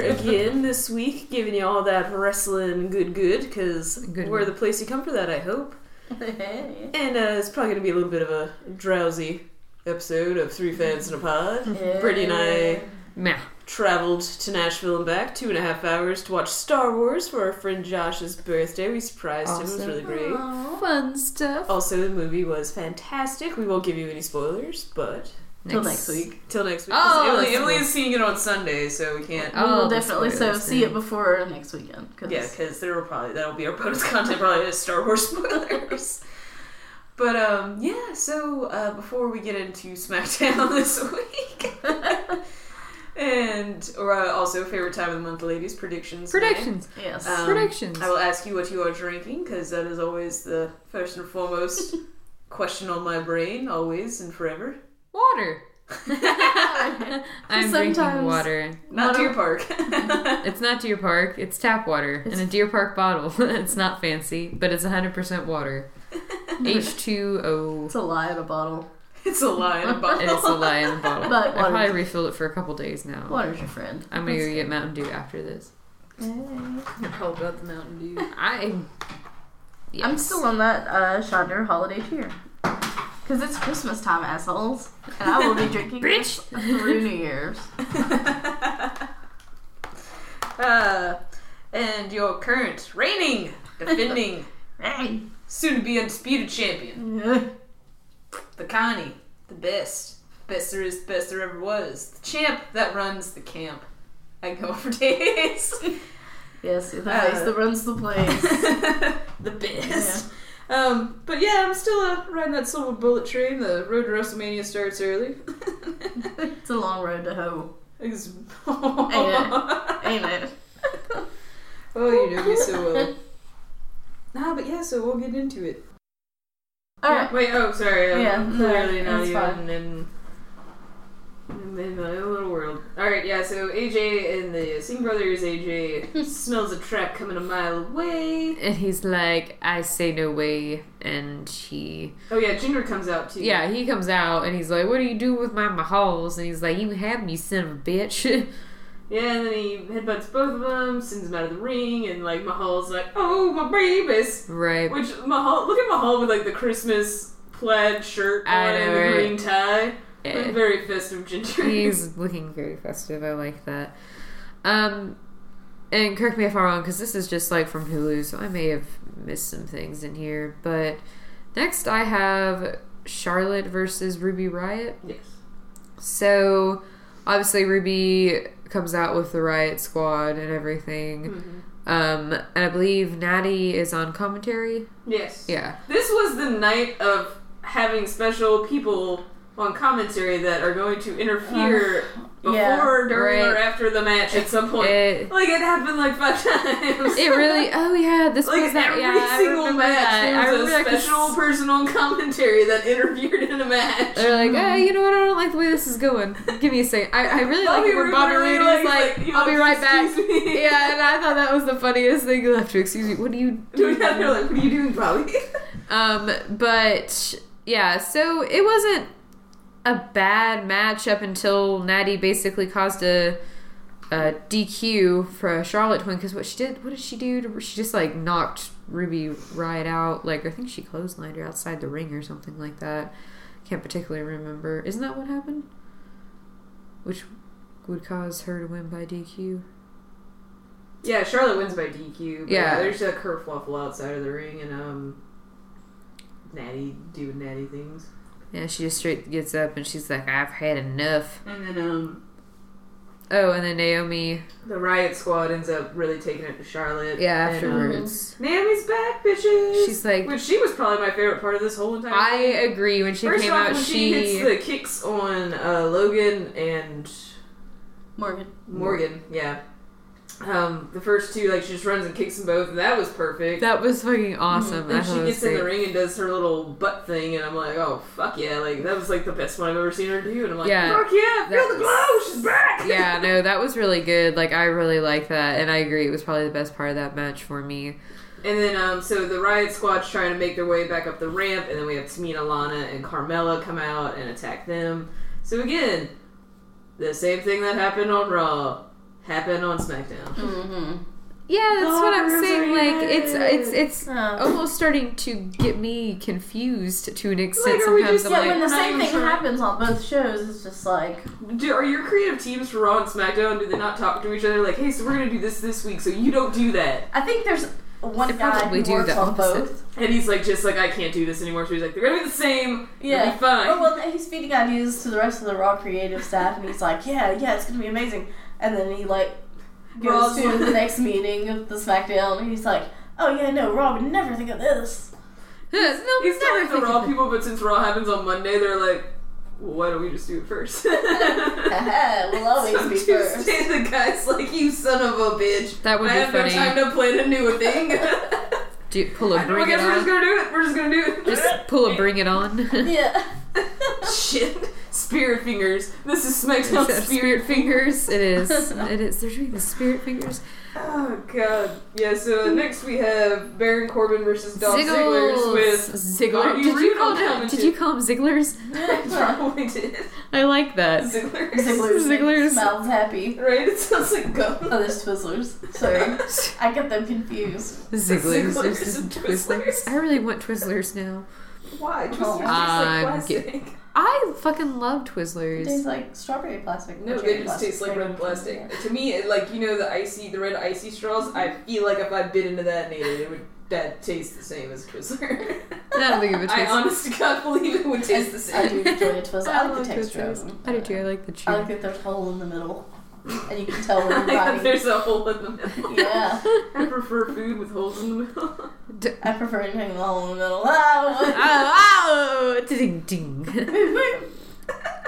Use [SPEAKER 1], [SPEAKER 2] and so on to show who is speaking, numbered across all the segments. [SPEAKER 1] in this week, giving you all that wrestling good good, because
[SPEAKER 2] Good
[SPEAKER 1] we're
[SPEAKER 2] good.
[SPEAKER 1] the place you come for that, I hope. And uh, it's probably going to be a little bit of a drowsy episode of Three Fans in a Pod. Brittany and I
[SPEAKER 2] Meh.
[SPEAKER 1] traveled to Nashville and back, two and a half hours to watch Star Wars for our friend Josh's birthday. We surprised him, it was
[SPEAKER 2] Awesome.
[SPEAKER 1] really great.
[SPEAKER 2] Fun stuff.
[SPEAKER 1] Also, the movie was fantastic. We won't give you any spoilers, but
[SPEAKER 3] Till
[SPEAKER 2] Nice.
[SPEAKER 3] next week.
[SPEAKER 1] till next week.
[SPEAKER 2] Oh,
[SPEAKER 1] 'cause Emily,
[SPEAKER 2] that's
[SPEAKER 1] Emily
[SPEAKER 2] cool.
[SPEAKER 1] is seeing it on Sunday, so we can't.
[SPEAKER 2] Oh,
[SPEAKER 3] we will
[SPEAKER 2] the
[SPEAKER 3] definitely so
[SPEAKER 2] spoilers
[SPEAKER 3] see it
[SPEAKER 2] then.
[SPEAKER 3] before next weekend. Cause
[SPEAKER 1] Yeah, because there will probably that'll be our bonus content, probably is Star Wars spoilers. but um, yeah. So uh, before we get into SmackDown this week, and or uh, also favorite time of the month, ladies predictions. night.
[SPEAKER 2] Predictions.
[SPEAKER 3] yes.
[SPEAKER 1] Um,
[SPEAKER 2] Predictions.
[SPEAKER 1] I will ask you what you are drinking because that is always the first and foremost question on my brain, always and forever.
[SPEAKER 2] Water. I'm drinking
[SPEAKER 3] Sometimes-
[SPEAKER 2] water.
[SPEAKER 1] Not
[SPEAKER 3] Not
[SPEAKER 1] Deer
[SPEAKER 3] a-
[SPEAKER 1] Park.
[SPEAKER 2] It's not Deer Park. It's tap water in a Deer Park bottle. it's not fancy, but it's 100% water. H2O.
[SPEAKER 3] it's a lie in a bottle.
[SPEAKER 1] it's a lie in a
[SPEAKER 2] It
[SPEAKER 1] bottle.
[SPEAKER 2] is a lie in a bottle. I
[SPEAKER 3] But water-
[SPEAKER 2] probably refilled it for a couple days now.
[SPEAKER 3] Water's your friend.
[SPEAKER 2] I'm gonna go get Mountain Dew after this.
[SPEAKER 3] All about the Mountain Dew.
[SPEAKER 2] I. Yes.
[SPEAKER 3] I'm still on that uh, Chandra holiday cheer. Because it's Christmas time, assholes. And I will be drinking this through New Year's.
[SPEAKER 1] Uh, and your current reigning, defending,
[SPEAKER 3] Hey.
[SPEAKER 1] soon to be undisputed champion, the Connie, the best, best there is, best there ever was, the champ that runs the camp. I go for days.
[SPEAKER 3] Yes, the
[SPEAKER 1] Uh,
[SPEAKER 3] face that runs the place.
[SPEAKER 1] the best. Um, but yeah, I'm still uh, riding that silver bullet train. The road to WrestleMania starts early.
[SPEAKER 3] It's a long road to hoe,
[SPEAKER 1] It's-
[SPEAKER 3] ain't it?
[SPEAKER 1] Oh, you know me so well. Nah, but yeah, so we'll get into it.
[SPEAKER 3] Alright.
[SPEAKER 1] Wait, oh, sorry. I'm
[SPEAKER 3] Yeah, no,
[SPEAKER 1] clearly not
[SPEAKER 3] it's
[SPEAKER 1] even
[SPEAKER 3] fine.
[SPEAKER 1] in, in, in my own little world. Alright, yeah, so AJ and the Singh Brothers, AJ smells a trap coming a mile away.
[SPEAKER 2] And he's like, I say no way. And he.
[SPEAKER 1] Oh, yeah, Jinder comes out too.
[SPEAKER 2] Yeah, he comes out and he's like, What do you do with my mahals? And he's like, You have me, you son of a bitch.
[SPEAKER 1] Yeah, and then he headbutts both of them, sends them out of the ring, and like Mahal's like, oh, my babies!
[SPEAKER 2] right.
[SPEAKER 1] Which, Mahal, look at Mahal with like the Christmas plaid shirt on
[SPEAKER 2] I know,
[SPEAKER 1] and the
[SPEAKER 2] right?
[SPEAKER 1] green tie.
[SPEAKER 2] Eh.
[SPEAKER 1] Very festive Ginger.
[SPEAKER 2] He's looking very festive. I like that. Um, and correct me if I'm wrong, because this is just like from Hulu, so I may have missed some things in here. But next, I have Charlotte versus Ruby Riot.
[SPEAKER 1] Yes.
[SPEAKER 2] So obviously, Ruby comes out with the Riot Squad and everything. Um, and I believe Natty is on commentary.
[SPEAKER 1] Yes.
[SPEAKER 2] Yeah.
[SPEAKER 1] This was the night of having special people on commentary that are going to interfere before,
[SPEAKER 3] yeah,
[SPEAKER 1] during, or
[SPEAKER 2] right.
[SPEAKER 1] after the match at some point.
[SPEAKER 2] It,
[SPEAKER 1] like it happened like five times.
[SPEAKER 2] it really. Oh yeah, this
[SPEAKER 1] Like
[SPEAKER 2] was that.
[SPEAKER 1] every
[SPEAKER 2] yeah, I
[SPEAKER 1] single
[SPEAKER 2] remember
[SPEAKER 1] match,
[SPEAKER 2] that. I
[SPEAKER 1] there was
[SPEAKER 2] remember
[SPEAKER 1] a
[SPEAKER 2] that 'cause
[SPEAKER 1] special person on commentary that interfered in a match.
[SPEAKER 2] They're like, hey, you know what? I don't like the way this is going. Give me a second. I, I really like
[SPEAKER 1] Bobby
[SPEAKER 2] it when Bobby
[SPEAKER 1] Roode
[SPEAKER 2] Roode was
[SPEAKER 1] really
[SPEAKER 2] like,
[SPEAKER 1] likes, like, you
[SPEAKER 2] I'll be
[SPEAKER 1] know,
[SPEAKER 2] right back.
[SPEAKER 1] excuse me.
[SPEAKER 2] Yeah, and I thought that was the funniest thing. You'll have to excuse me. What do you
[SPEAKER 1] Dude,
[SPEAKER 2] do?
[SPEAKER 1] yeah, they're like, what are you doing, Bobby?
[SPEAKER 2] Um, but yeah, so it wasn't a bad match up until Natty basically caused a, a DQ for a Charlotte Twin because what she did, what did she do? To, she just like knocked Ruby Riot out. Like I think she clotheslined her outside the ring or something like that. Can't particularly remember. Isn't that what happened? Which would cause her to win by DQ.
[SPEAKER 1] Yeah, Charlotte wins by DQ. But yeah.
[SPEAKER 2] Yeah.
[SPEAKER 1] there's a kerfluffle outside of the ring and um, Natty doing Natty things.
[SPEAKER 2] Yeah, she just straight gets up and she's like, "I've had enough."
[SPEAKER 1] And then um,
[SPEAKER 2] Oh, and then Naomi.
[SPEAKER 1] the Riot Squad ends up really taking it to Charlotte.
[SPEAKER 2] Yeah,
[SPEAKER 1] and, um,
[SPEAKER 2] afterwards.
[SPEAKER 1] Naomi's back, bitches.
[SPEAKER 2] She's like-
[SPEAKER 1] which she was probably my favorite part of this whole entire.
[SPEAKER 2] I
[SPEAKER 1] thing.
[SPEAKER 2] agree. When she
[SPEAKER 1] First
[SPEAKER 2] came
[SPEAKER 1] off,
[SPEAKER 2] out,
[SPEAKER 1] when she,
[SPEAKER 2] she,
[SPEAKER 1] hits the kicks on uh, Logan and
[SPEAKER 3] Morgan.
[SPEAKER 1] Morgan, yeah. Um, the first two, like she just runs and kicks them both, and that was perfect.
[SPEAKER 2] that was fucking awesome.
[SPEAKER 1] Mm-hmm. And
[SPEAKER 2] I thought
[SPEAKER 1] she
[SPEAKER 2] it was
[SPEAKER 1] gets in the
[SPEAKER 2] great.
[SPEAKER 1] ring and does her little butt thing, and I'm like, oh fuck yeah! Like that was like the best one I've ever seen her do, and I'm like,
[SPEAKER 2] Yeah.
[SPEAKER 1] fuck yeah! Feel
[SPEAKER 2] That
[SPEAKER 1] the
[SPEAKER 2] was-
[SPEAKER 1] glow, she's back.
[SPEAKER 2] yeah, no, that was really good. Like I really like that, and I agree. It was probably the best part of that match for me.
[SPEAKER 1] And then, um, so the riot squad's trying to make their way back up the ramp, and then we have Tamina, Lana, and Carmella come out and attack them. So again, the same thing that happened on Raw happened on SmackDown.
[SPEAKER 3] Mm-hmm.
[SPEAKER 2] Yeah, that's
[SPEAKER 1] Oh,
[SPEAKER 2] what I'm
[SPEAKER 3] Barbara's
[SPEAKER 2] saying. Like it's it's
[SPEAKER 1] red.
[SPEAKER 2] it's
[SPEAKER 3] Oh.
[SPEAKER 2] almost starting to get me confused to an extent.
[SPEAKER 1] Like, are we
[SPEAKER 2] Sometimes
[SPEAKER 1] just
[SPEAKER 2] I'm
[SPEAKER 3] yeah,
[SPEAKER 2] like,
[SPEAKER 3] when the
[SPEAKER 1] I'm not
[SPEAKER 3] same
[SPEAKER 1] even
[SPEAKER 3] thing
[SPEAKER 1] sure.
[SPEAKER 3] happens on both shows, it's just like
[SPEAKER 1] Do, are your creative teams for Raw and SmackDown? Do they not talk to each other? Like, hey, so we're gonna do this this week, so you don't do that.
[SPEAKER 3] I think there's one
[SPEAKER 2] They
[SPEAKER 3] guy
[SPEAKER 2] probably
[SPEAKER 3] who
[SPEAKER 2] do
[SPEAKER 3] works
[SPEAKER 2] the
[SPEAKER 3] on
[SPEAKER 2] opposite.
[SPEAKER 3] both.
[SPEAKER 1] And he's like, just like I can't do this anymore. So he's like, they're gonna be the same. it'll
[SPEAKER 3] Yeah.
[SPEAKER 1] be fine.
[SPEAKER 3] Oh well, he's feeding ideas to the rest of the raw creative staff, and he's like, "Yeah, yeah, it's gonna be amazing." And then he like goes
[SPEAKER 1] Raw's
[SPEAKER 3] to
[SPEAKER 1] like-
[SPEAKER 3] the next meeting of the SmackDown, and he's like, "Oh yeah, no, Raw would never think of this."
[SPEAKER 2] "Huh, they'll
[SPEAKER 1] He's
[SPEAKER 2] never
[SPEAKER 1] telling the
[SPEAKER 2] think
[SPEAKER 1] Raw
[SPEAKER 2] of it."
[SPEAKER 1] people, but since Raw happens on Monday, they're like, well, why don't we just do it first?
[SPEAKER 3] Haha, we'll always
[SPEAKER 1] so
[SPEAKER 3] be first.
[SPEAKER 1] Tuesday, the guy's like, you son of a bitch.
[SPEAKER 2] That would
[SPEAKER 1] I
[SPEAKER 2] be
[SPEAKER 1] have
[SPEAKER 2] funny.
[SPEAKER 1] no time to plan a new thing.
[SPEAKER 2] Do- pull a
[SPEAKER 1] I
[SPEAKER 2] bring it
[SPEAKER 1] guess we're just
[SPEAKER 2] on.
[SPEAKER 1] gonna do it. We're just gonna do it.
[SPEAKER 2] Just pull a bring it on.
[SPEAKER 3] Yeah.
[SPEAKER 1] Shit. Spirit fingers. This is SmackDown
[SPEAKER 2] Instead of
[SPEAKER 1] Spirit,
[SPEAKER 2] spirit fingers. It is. It is. They're doing the spirit fingers.
[SPEAKER 1] Oh god. Yeah, so uh, next we have Baron Corbin versus Dolph Ziggler with
[SPEAKER 2] Ziggler.
[SPEAKER 1] Bobby
[SPEAKER 2] Did you
[SPEAKER 1] Roode
[SPEAKER 2] call
[SPEAKER 1] on
[SPEAKER 2] them? Did
[SPEAKER 1] commentary.
[SPEAKER 2] you call them Zigglers?
[SPEAKER 1] probably did.
[SPEAKER 2] I like that.
[SPEAKER 1] Ziggler.
[SPEAKER 3] Ziggler's,
[SPEAKER 2] Ziggler's-
[SPEAKER 3] smells happy.
[SPEAKER 1] Right? It sounds like gum.
[SPEAKER 3] Oh, there's Twizzlers. Sorry,
[SPEAKER 2] Zigglers.
[SPEAKER 3] I get them confused.
[SPEAKER 1] Zigglers
[SPEAKER 2] Zigglers.
[SPEAKER 1] and
[SPEAKER 2] Twizzlers.
[SPEAKER 1] Twizzlers.
[SPEAKER 2] I really want Twizzlers now.
[SPEAKER 1] Why? Twizzlers tastes like
[SPEAKER 2] I'm
[SPEAKER 1] plastic.
[SPEAKER 2] I fucking love
[SPEAKER 3] It
[SPEAKER 2] Twizzlers.
[SPEAKER 3] tastes like strawberry plastic.
[SPEAKER 1] No,
[SPEAKER 3] or
[SPEAKER 1] they
[SPEAKER 3] cherry
[SPEAKER 1] just
[SPEAKER 3] plastic,
[SPEAKER 1] taste like
[SPEAKER 3] whatever.
[SPEAKER 1] red plastic. To me, it, like you know the icy, the red icy straws. I feel like if I bit into that and ate it, it would that taste the same as Twizzler.
[SPEAKER 2] I don't think it would
[SPEAKER 1] I
[SPEAKER 2] taste.
[SPEAKER 1] honestly can't believe it would taste the
[SPEAKER 3] I
[SPEAKER 1] same.
[SPEAKER 3] do enjoy a Twizzler. I like the
[SPEAKER 2] love
[SPEAKER 3] texture of
[SPEAKER 2] Twizzlers.
[SPEAKER 3] them.
[SPEAKER 2] I do too. I like the chew.
[SPEAKER 3] I like that there's a hole in the middle, and you can tell where
[SPEAKER 1] Like
[SPEAKER 3] you're
[SPEAKER 1] that
[SPEAKER 3] riding.
[SPEAKER 1] There's a hole in the middle.
[SPEAKER 3] Yeah,
[SPEAKER 1] I prefer food with holes in the middle.
[SPEAKER 2] D-
[SPEAKER 3] I prefer anything with a hole in the middle.
[SPEAKER 2] oh,
[SPEAKER 3] Oh,
[SPEAKER 2] oh, ding ding.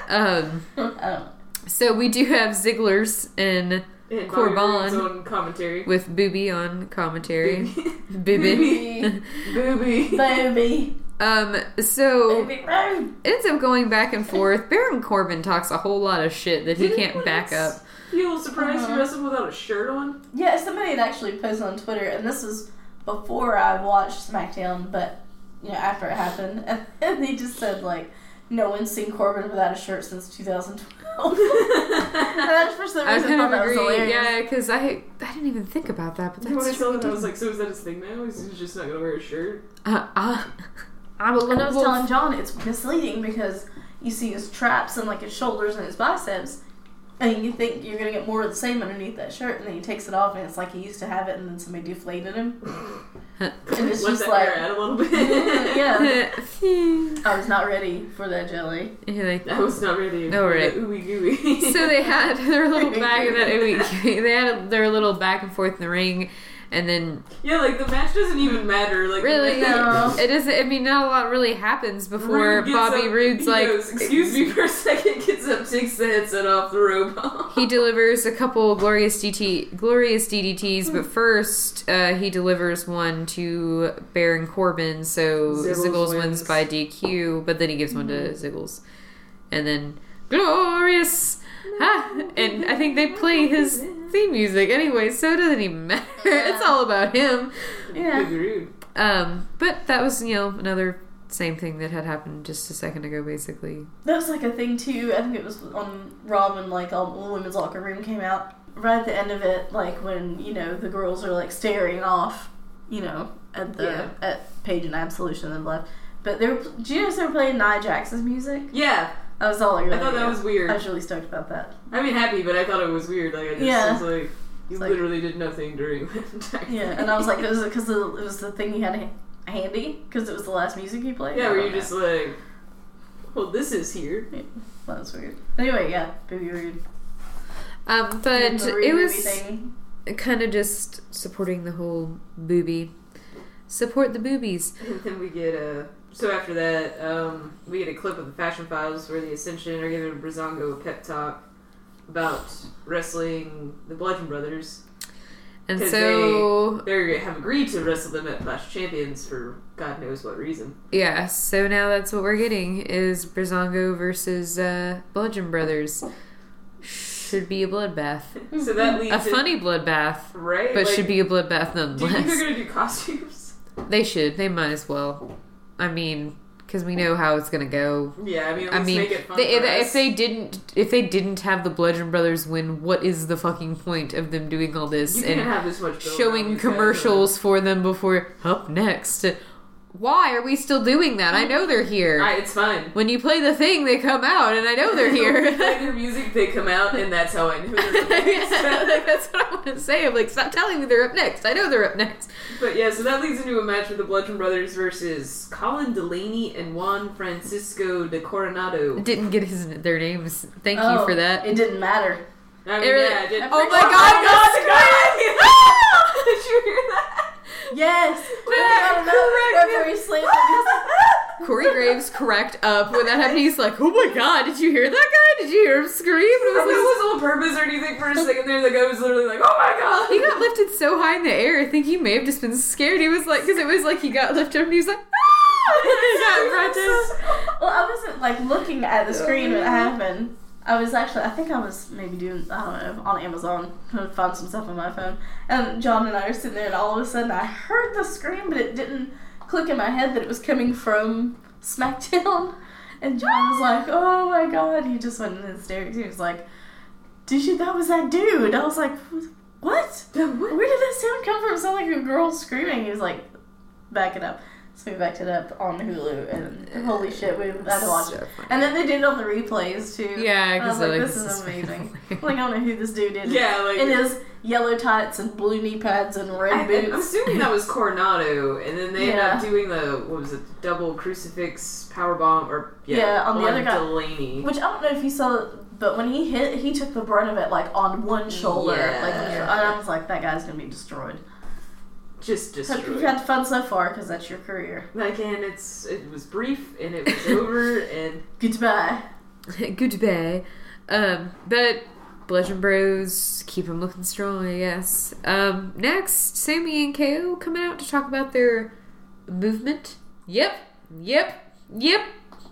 [SPEAKER 2] Um,
[SPEAKER 3] I don't know.
[SPEAKER 2] so we do have Ziggler's and
[SPEAKER 1] And Bobby
[SPEAKER 2] Corban.
[SPEAKER 1] Roode's own commentary.
[SPEAKER 2] with Booby on commentary. Booby.
[SPEAKER 1] Booby. Booby.
[SPEAKER 3] Baby, Oh.
[SPEAKER 2] Um, so
[SPEAKER 3] baby, baby.
[SPEAKER 2] it ends up going back and forth. Baron Corbin talks a whole lot of shit that he can't back up.
[SPEAKER 1] You a little surprised
[SPEAKER 3] Uh-huh.
[SPEAKER 1] you wrestled without a shirt on?
[SPEAKER 3] Yeah, somebody had actually posted on Twitter, and this was before I watched SmackDown, but you know after it happened, and, and they just said like, "No one's seen Corbin without a shirt since 2012." and that's for some
[SPEAKER 2] I
[SPEAKER 3] reason I
[SPEAKER 2] kind
[SPEAKER 3] thought
[SPEAKER 2] of
[SPEAKER 3] that was
[SPEAKER 2] agree,
[SPEAKER 3] hilarious.
[SPEAKER 2] yeah, because I I didn't even think about that, but
[SPEAKER 1] And when I
[SPEAKER 2] that's
[SPEAKER 1] saw
[SPEAKER 2] true.
[SPEAKER 1] that, I was like, so is that his thing now? Is he just not gonna wear a shirt?
[SPEAKER 2] uh, uh, I'm a
[SPEAKER 3] And Ah, I was
[SPEAKER 2] little
[SPEAKER 3] telling John it's misleading because you see his traps and like his shoulders and his biceps, and you think you're gonna get more of the same underneath that shirt, and then he takes it off and it's like he used to have it, and then somebody deflated him. And it's
[SPEAKER 1] Let
[SPEAKER 3] just
[SPEAKER 1] that
[SPEAKER 3] like-
[SPEAKER 1] air out a little bit.
[SPEAKER 3] yeah,
[SPEAKER 2] yeah,
[SPEAKER 3] I was not ready for that jelly.
[SPEAKER 2] like
[SPEAKER 1] I was not ready.
[SPEAKER 2] No,
[SPEAKER 1] for
[SPEAKER 2] right.
[SPEAKER 1] the Ooey gooey.
[SPEAKER 2] so they had their little back and that they had their little back and forth in the ring and then
[SPEAKER 1] yeah, like the match doesn't even matter. Like
[SPEAKER 2] really
[SPEAKER 1] the match-
[SPEAKER 3] No.
[SPEAKER 2] it doesn't i mean not a lot really happens before
[SPEAKER 1] Rude gets
[SPEAKER 2] bobby
[SPEAKER 1] up,
[SPEAKER 2] Roode's
[SPEAKER 1] he
[SPEAKER 2] like
[SPEAKER 1] goes, excuse me for a second, gets up, takes the headset off the rope.
[SPEAKER 2] he delivers a couple glorious DT, glorious DDTs, but first uh, he delivers one to Baron Corbin, so
[SPEAKER 1] Ziggles
[SPEAKER 2] Ziggles, wins.
[SPEAKER 1] wins. Mm-hmm.
[SPEAKER 2] by DQ, but then he gives one to Ziggles, and then glorious, ah, and I think they play his theme music anyway, so it doesn't even matter. It's all about him.
[SPEAKER 3] Yeah.
[SPEAKER 1] Big rude.
[SPEAKER 2] Um, but that was you know another same thing that had happened just a second ago, basically.
[SPEAKER 3] That was like a thing too. I think it was on Raw when like um, the women's locker room came out. Right at the end of it, like when you know the girls are like staring off, you know, at the
[SPEAKER 1] Yeah.
[SPEAKER 3] at Paige and Absolution and left. But they were, do you notice they were playing Nia Jax's music?
[SPEAKER 1] Yeah,
[SPEAKER 3] That was all I really.
[SPEAKER 1] I thought that
[SPEAKER 3] knew.
[SPEAKER 1] was weird.
[SPEAKER 3] I was really stoked about that.
[SPEAKER 1] I mean, happy, but I thought it was weird. Like I just
[SPEAKER 3] Yeah.
[SPEAKER 1] was like, you
[SPEAKER 3] It's like-
[SPEAKER 1] literally did nothing during that time.
[SPEAKER 3] Yeah, and I was like, was it because it was the thing he had ha- handy? Because it was the last music he played.
[SPEAKER 1] Yeah,
[SPEAKER 3] I
[SPEAKER 1] were
[SPEAKER 3] don't
[SPEAKER 1] you
[SPEAKER 3] know.
[SPEAKER 1] just like, well, this is here.
[SPEAKER 3] That was weird. Anyway, yeah, baby rude.
[SPEAKER 2] Um, but
[SPEAKER 3] The
[SPEAKER 2] it
[SPEAKER 3] rude
[SPEAKER 2] was.
[SPEAKER 3] baby thing.
[SPEAKER 2] kind of just supporting the whole booby. Support the boobies.
[SPEAKER 1] And then we get a. So after that, um, we get a clip of the Fashion Files where the Ascension are giving Brazongo a pep talk about wrestling the Bludgeon Brothers.
[SPEAKER 2] And
[SPEAKER 1] 'Cause
[SPEAKER 2] so,
[SPEAKER 1] They have agreed to wrestle them at Clash of Champions for God knows what reason.
[SPEAKER 2] yeah, so now that's what we're getting is Brizongo versus uh, Bludgeon Brothers. Should be a bloodbath.
[SPEAKER 1] So that leads
[SPEAKER 2] Mm-hmm. A
[SPEAKER 1] in-
[SPEAKER 2] funny bloodbath,
[SPEAKER 1] right?
[SPEAKER 2] but
[SPEAKER 1] Like,
[SPEAKER 2] should be a bloodbath
[SPEAKER 1] Do you think they're
[SPEAKER 2] nonetheless.
[SPEAKER 1] gonna do costumes?
[SPEAKER 2] They should. They might as well. I mean, because we know how it's gonna go.
[SPEAKER 1] Yeah, I mean, at
[SPEAKER 2] I
[SPEAKER 1] least
[SPEAKER 2] mean,
[SPEAKER 1] make it fun
[SPEAKER 2] they,
[SPEAKER 1] for
[SPEAKER 2] if,
[SPEAKER 1] us.
[SPEAKER 2] if they didn't, if they didn't have the Bludgeon Brothers win, what is the fucking point of them doing all this
[SPEAKER 1] you
[SPEAKER 2] and
[SPEAKER 1] can't have this much build-up, you
[SPEAKER 2] showing
[SPEAKER 1] guys.
[SPEAKER 2] commercials for them before up next? Why are we still doing that? I know they're here.
[SPEAKER 1] I, it's fine.
[SPEAKER 2] when you play the thing, they come out, and I know Oh, they're
[SPEAKER 1] They
[SPEAKER 2] here.
[SPEAKER 1] play their music, they come out, and that's how I knew. they were
[SPEAKER 2] Yeah,
[SPEAKER 1] the
[SPEAKER 2] like, that's what I want to say. I'm like, stop telling me they're up next. I know they're up next.
[SPEAKER 1] But yeah, so that leads into a match with the Bludgeon Brothers versus Colin Delaney and Juan Francisco de Coronado.
[SPEAKER 2] Didn't get his their names. Thank
[SPEAKER 3] Oh,
[SPEAKER 2] you for that.
[SPEAKER 3] It didn't matter.
[SPEAKER 1] I mean,
[SPEAKER 2] It really-
[SPEAKER 1] yeah, I did-
[SPEAKER 2] oh my
[SPEAKER 1] Oh
[SPEAKER 2] god, Ah!
[SPEAKER 1] my
[SPEAKER 2] the
[SPEAKER 1] God, the Did you hear that?
[SPEAKER 3] Yes.
[SPEAKER 1] Yeah, correct.
[SPEAKER 3] Referee slammed against-
[SPEAKER 2] Corey Graves cracked up when that happened. He's like, "Oh my god, did you hear that guy? Did you hear him scream?" And I
[SPEAKER 1] If this
[SPEAKER 2] was
[SPEAKER 1] was on purpose or anything for a second there, the guy was literally like, oh my god!
[SPEAKER 2] like, "He got lifted so high in the air. I think he may have just been scared." He was like, because it was like he got lifted up and he was like, "Ah!" And he got practice.
[SPEAKER 3] Well, I wasn't like looking at the screen
[SPEAKER 1] Oh,
[SPEAKER 3] when it happened. I was actually, I think I was maybe doing, I don't know, on Amazon, trying to find some stuff on my phone. And John and I were sitting there, and all of a sudden I heard the scream, but it didn't click in my head that it was coming from SmackDown. And John was like, oh my god. He just went in hysterics. He was like, did you, that was that dude. I was like, what? Where did that sound come from? It sounded like a girl screaming. He was like, back it up. So we backed it up on Hulu, and holy shit, we had to watch it.
[SPEAKER 2] So funny.
[SPEAKER 3] And then they did it on the replays too.
[SPEAKER 2] Yeah,
[SPEAKER 3] And I was
[SPEAKER 2] because
[SPEAKER 3] like,
[SPEAKER 2] like,
[SPEAKER 3] this is amazing. like, I don't know who this dude is.
[SPEAKER 1] Yeah, like.
[SPEAKER 3] In his yellow tights and blue knee pads and
[SPEAKER 1] I,
[SPEAKER 3] red
[SPEAKER 1] am
[SPEAKER 3] boots.
[SPEAKER 1] assuming that was Coronado, and then they
[SPEAKER 3] Yeah.
[SPEAKER 1] ended up doing the what was it, double crucifix power bomb, or yeah,
[SPEAKER 3] Yeah, on the other guy.
[SPEAKER 1] Delaney.
[SPEAKER 3] Which I don't know if you saw, but when he hit, he took the brunt of it like on one shoulder.
[SPEAKER 1] Yeah.
[SPEAKER 3] Like, and I was like, that guy's gonna be destroyed.
[SPEAKER 1] Just
[SPEAKER 3] Hope you've
[SPEAKER 1] destroyed.
[SPEAKER 3] had fun so far, because that's your career.
[SPEAKER 1] Like, and it's it was brief, and it was over, and
[SPEAKER 3] Goodbye.
[SPEAKER 2] Goodbye. Um, but Bludgeon Bros keep them looking strong, I guess. Um, next, Sammy and KO coming out to talk about their movement. Yep, yep, yep,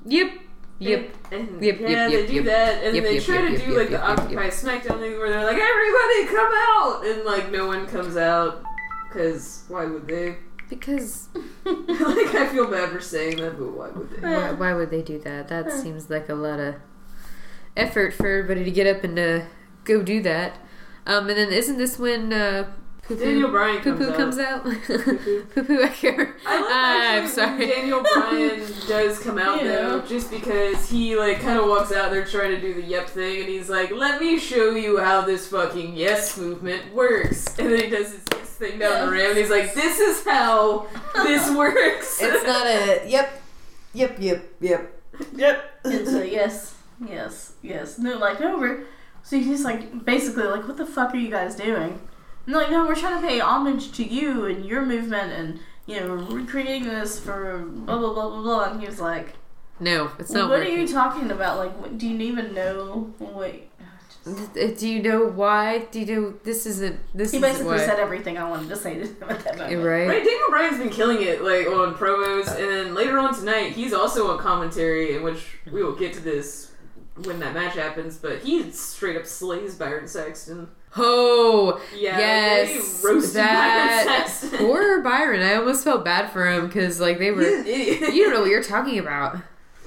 [SPEAKER 2] yep, yep.
[SPEAKER 1] And,
[SPEAKER 2] Yep,
[SPEAKER 1] yeah,
[SPEAKER 2] yep,
[SPEAKER 1] they
[SPEAKER 2] yep,
[SPEAKER 1] do
[SPEAKER 2] yep.
[SPEAKER 1] that, and
[SPEAKER 2] Yep,
[SPEAKER 1] they
[SPEAKER 2] yep,
[SPEAKER 1] try
[SPEAKER 2] yep,
[SPEAKER 1] to
[SPEAKER 2] yep,
[SPEAKER 1] do
[SPEAKER 2] yep,
[SPEAKER 1] like the
[SPEAKER 2] yep, yep,
[SPEAKER 1] Occupy SmackDown thing where they're like, "Everybody come out," and like no one comes out because why would they?
[SPEAKER 2] Because
[SPEAKER 1] like I feel bad for saying that, but why would they?
[SPEAKER 2] why, why would they do that? That seems like a lot of effort for everybody to get up and uh, go do that. Um, and then isn't this when uh, Poo
[SPEAKER 1] Daniel
[SPEAKER 2] Poo
[SPEAKER 1] Bryan
[SPEAKER 2] Poo
[SPEAKER 1] comes
[SPEAKER 2] Poo
[SPEAKER 1] out.
[SPEAKER 2] comes out? Poo Poo, I care.
[SPEAKER 1] I love actually
[SPEAKER 2] I'm
[SPEAKER 1] when
[SPEAKER 2] sorry.
[SPEAKER 1] Daniel Bryan does come out
[SPEAKER 3] Yeah.
[SPEAKER 1] though, just because he like kind of walks out there trying to do the yep thing, and he's like, "Let me show you how this fucking yes movement works," and then he does his yes thing down the ramp, and he's like, "This is how this works."
[SPEAKER 4] It's not a yep, yep, yep, yep.
[SPEAKER 1] yep.
[SPEAKER 3] It's a yes, yes, yes. And they're like, no, we're. So he's just like, basically, like, what the fuck are you guys doing? And they're like, no, we're trying to pay homage to you and your movement, and, you know, we're creating this for blah, blah, blah, blah, blah. And he was like,
[SPEAKER 2] No, it's
[SPEAKER 3] what
[SPEAKER 2] not
[SPEAKER 3] are
[SPEAKER 2] working.
[SPEAKER 3] you talking about? Like, what, do you even know? Wait.
[SPEAKER 2] Th- Do you know why? Do you know this isn't this
[SPEAKER 3] He
[SPEAKER 2] is
[SPEAKER 3] basically
[SPEAKER 2] why?
[SPEAKER 3] said everything I wanted to say to him at that
[SPEAKER 2] Yeah,
[SPEAKER 3] moment.
[SPEAKER 2] right?
[SPEAKER 1] Right, Daniel Bryan's been killing it like on promos, and then later on tonight, he's also on commentary, in which we will get to this when that match happens. But he straight up slays Byron Saxton.
[SPEAKER 2] Oh
[SPEAKER 1] Yeah,
[SPEAKER 2] yes,
[SPEAKER 1] they roasted Byron
[SPEAKER 2] that
[SPEAKER 1] Saxton.
[SPEAKER 2] poor Byron. I almost felt bad for him because like they were, you don't know what you're talking about.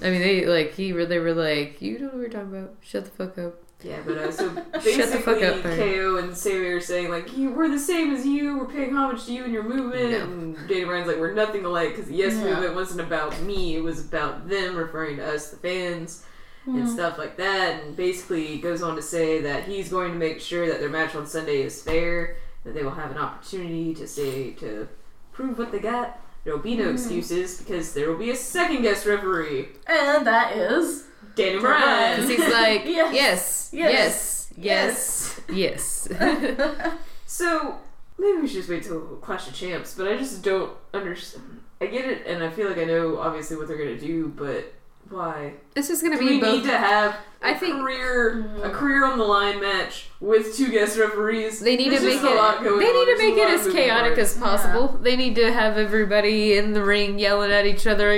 [SPEAKER 2] I mean, they like he really were like, you don't know what you're talking about. Shut the fuck up.
[SPEAKER 1] Yeah, but uh, so basically,
[SPEAKER 2] Shut the fuck up, Barry.
[SPEAKER 1] KO and Sammy are saying like, you, "We're the same as you. We're paying homage to you and your movement."
[SPEAKER 2] No.
[SPEAKER 1] And Dana Bryan's like, "We're nothing alike because the Yes
[SPEAKER 3] Yeah.
[SPEAKER 1] movement wasn't about me. It was about them, referring to us, the fans, and stuff like that." And basically, he goes on to say that he's going to make sure that their match on Sunday is fair, that they will have an opportunity to say to prove what they got. There will be no excuses because there will be a second guest referee,
[SPEAKER 3] And that is.
[SPEAKER 1] Dana
[SPEAKER 3] Bryan.
[SPEAKER 2] Because
[SPEAKER 1] Bryan.
[SPEAKER 2] he's like,
[SPEAKER 3] Yes,
[SPEAKER 2] yes,
[SPEAKER 3] yes,
[SPEAKER 2] yes, yes, yes.
[SPEAKER 1] So maybe we should just wait till Clash of Champs, but I just don't understand. I get it, and I feel like I know obviously what they're gonna do, but why?
[SPEAKER 2] it's just gonna
[SPEAKER 1] Do
[SPEAKER 2] be
[SPEAKER 1] we
[SPEAKER 2] both.
[SPEAKER 1] need to have a
[SPEAKER 2] I think- Mm.
[SPEAKER 1] career a career on the line match with two guest referees?
[SPEAKER 2] They need
[SPEAKER 1] There's
[SPEAKER 2] to make
[SPEAKER 1] just a lot
[SPEAKER 2] it.
[SPEAKER 1] going
[SPEAKER 2] They
[SPEAKER 1] on.
[SPEAKER 2] need to
[SPEAKER 1] There's a
[SPEAKER 2] make it
[SPEAKER 1] lot
[SPEAKER 2] as
[SPEAKER 1] moving
[SPEAKER 2] chaotic
[SPEAKER 1] parts.
[SPEAKER 2] as possible. They need to have everybody in the ring yelling at each other.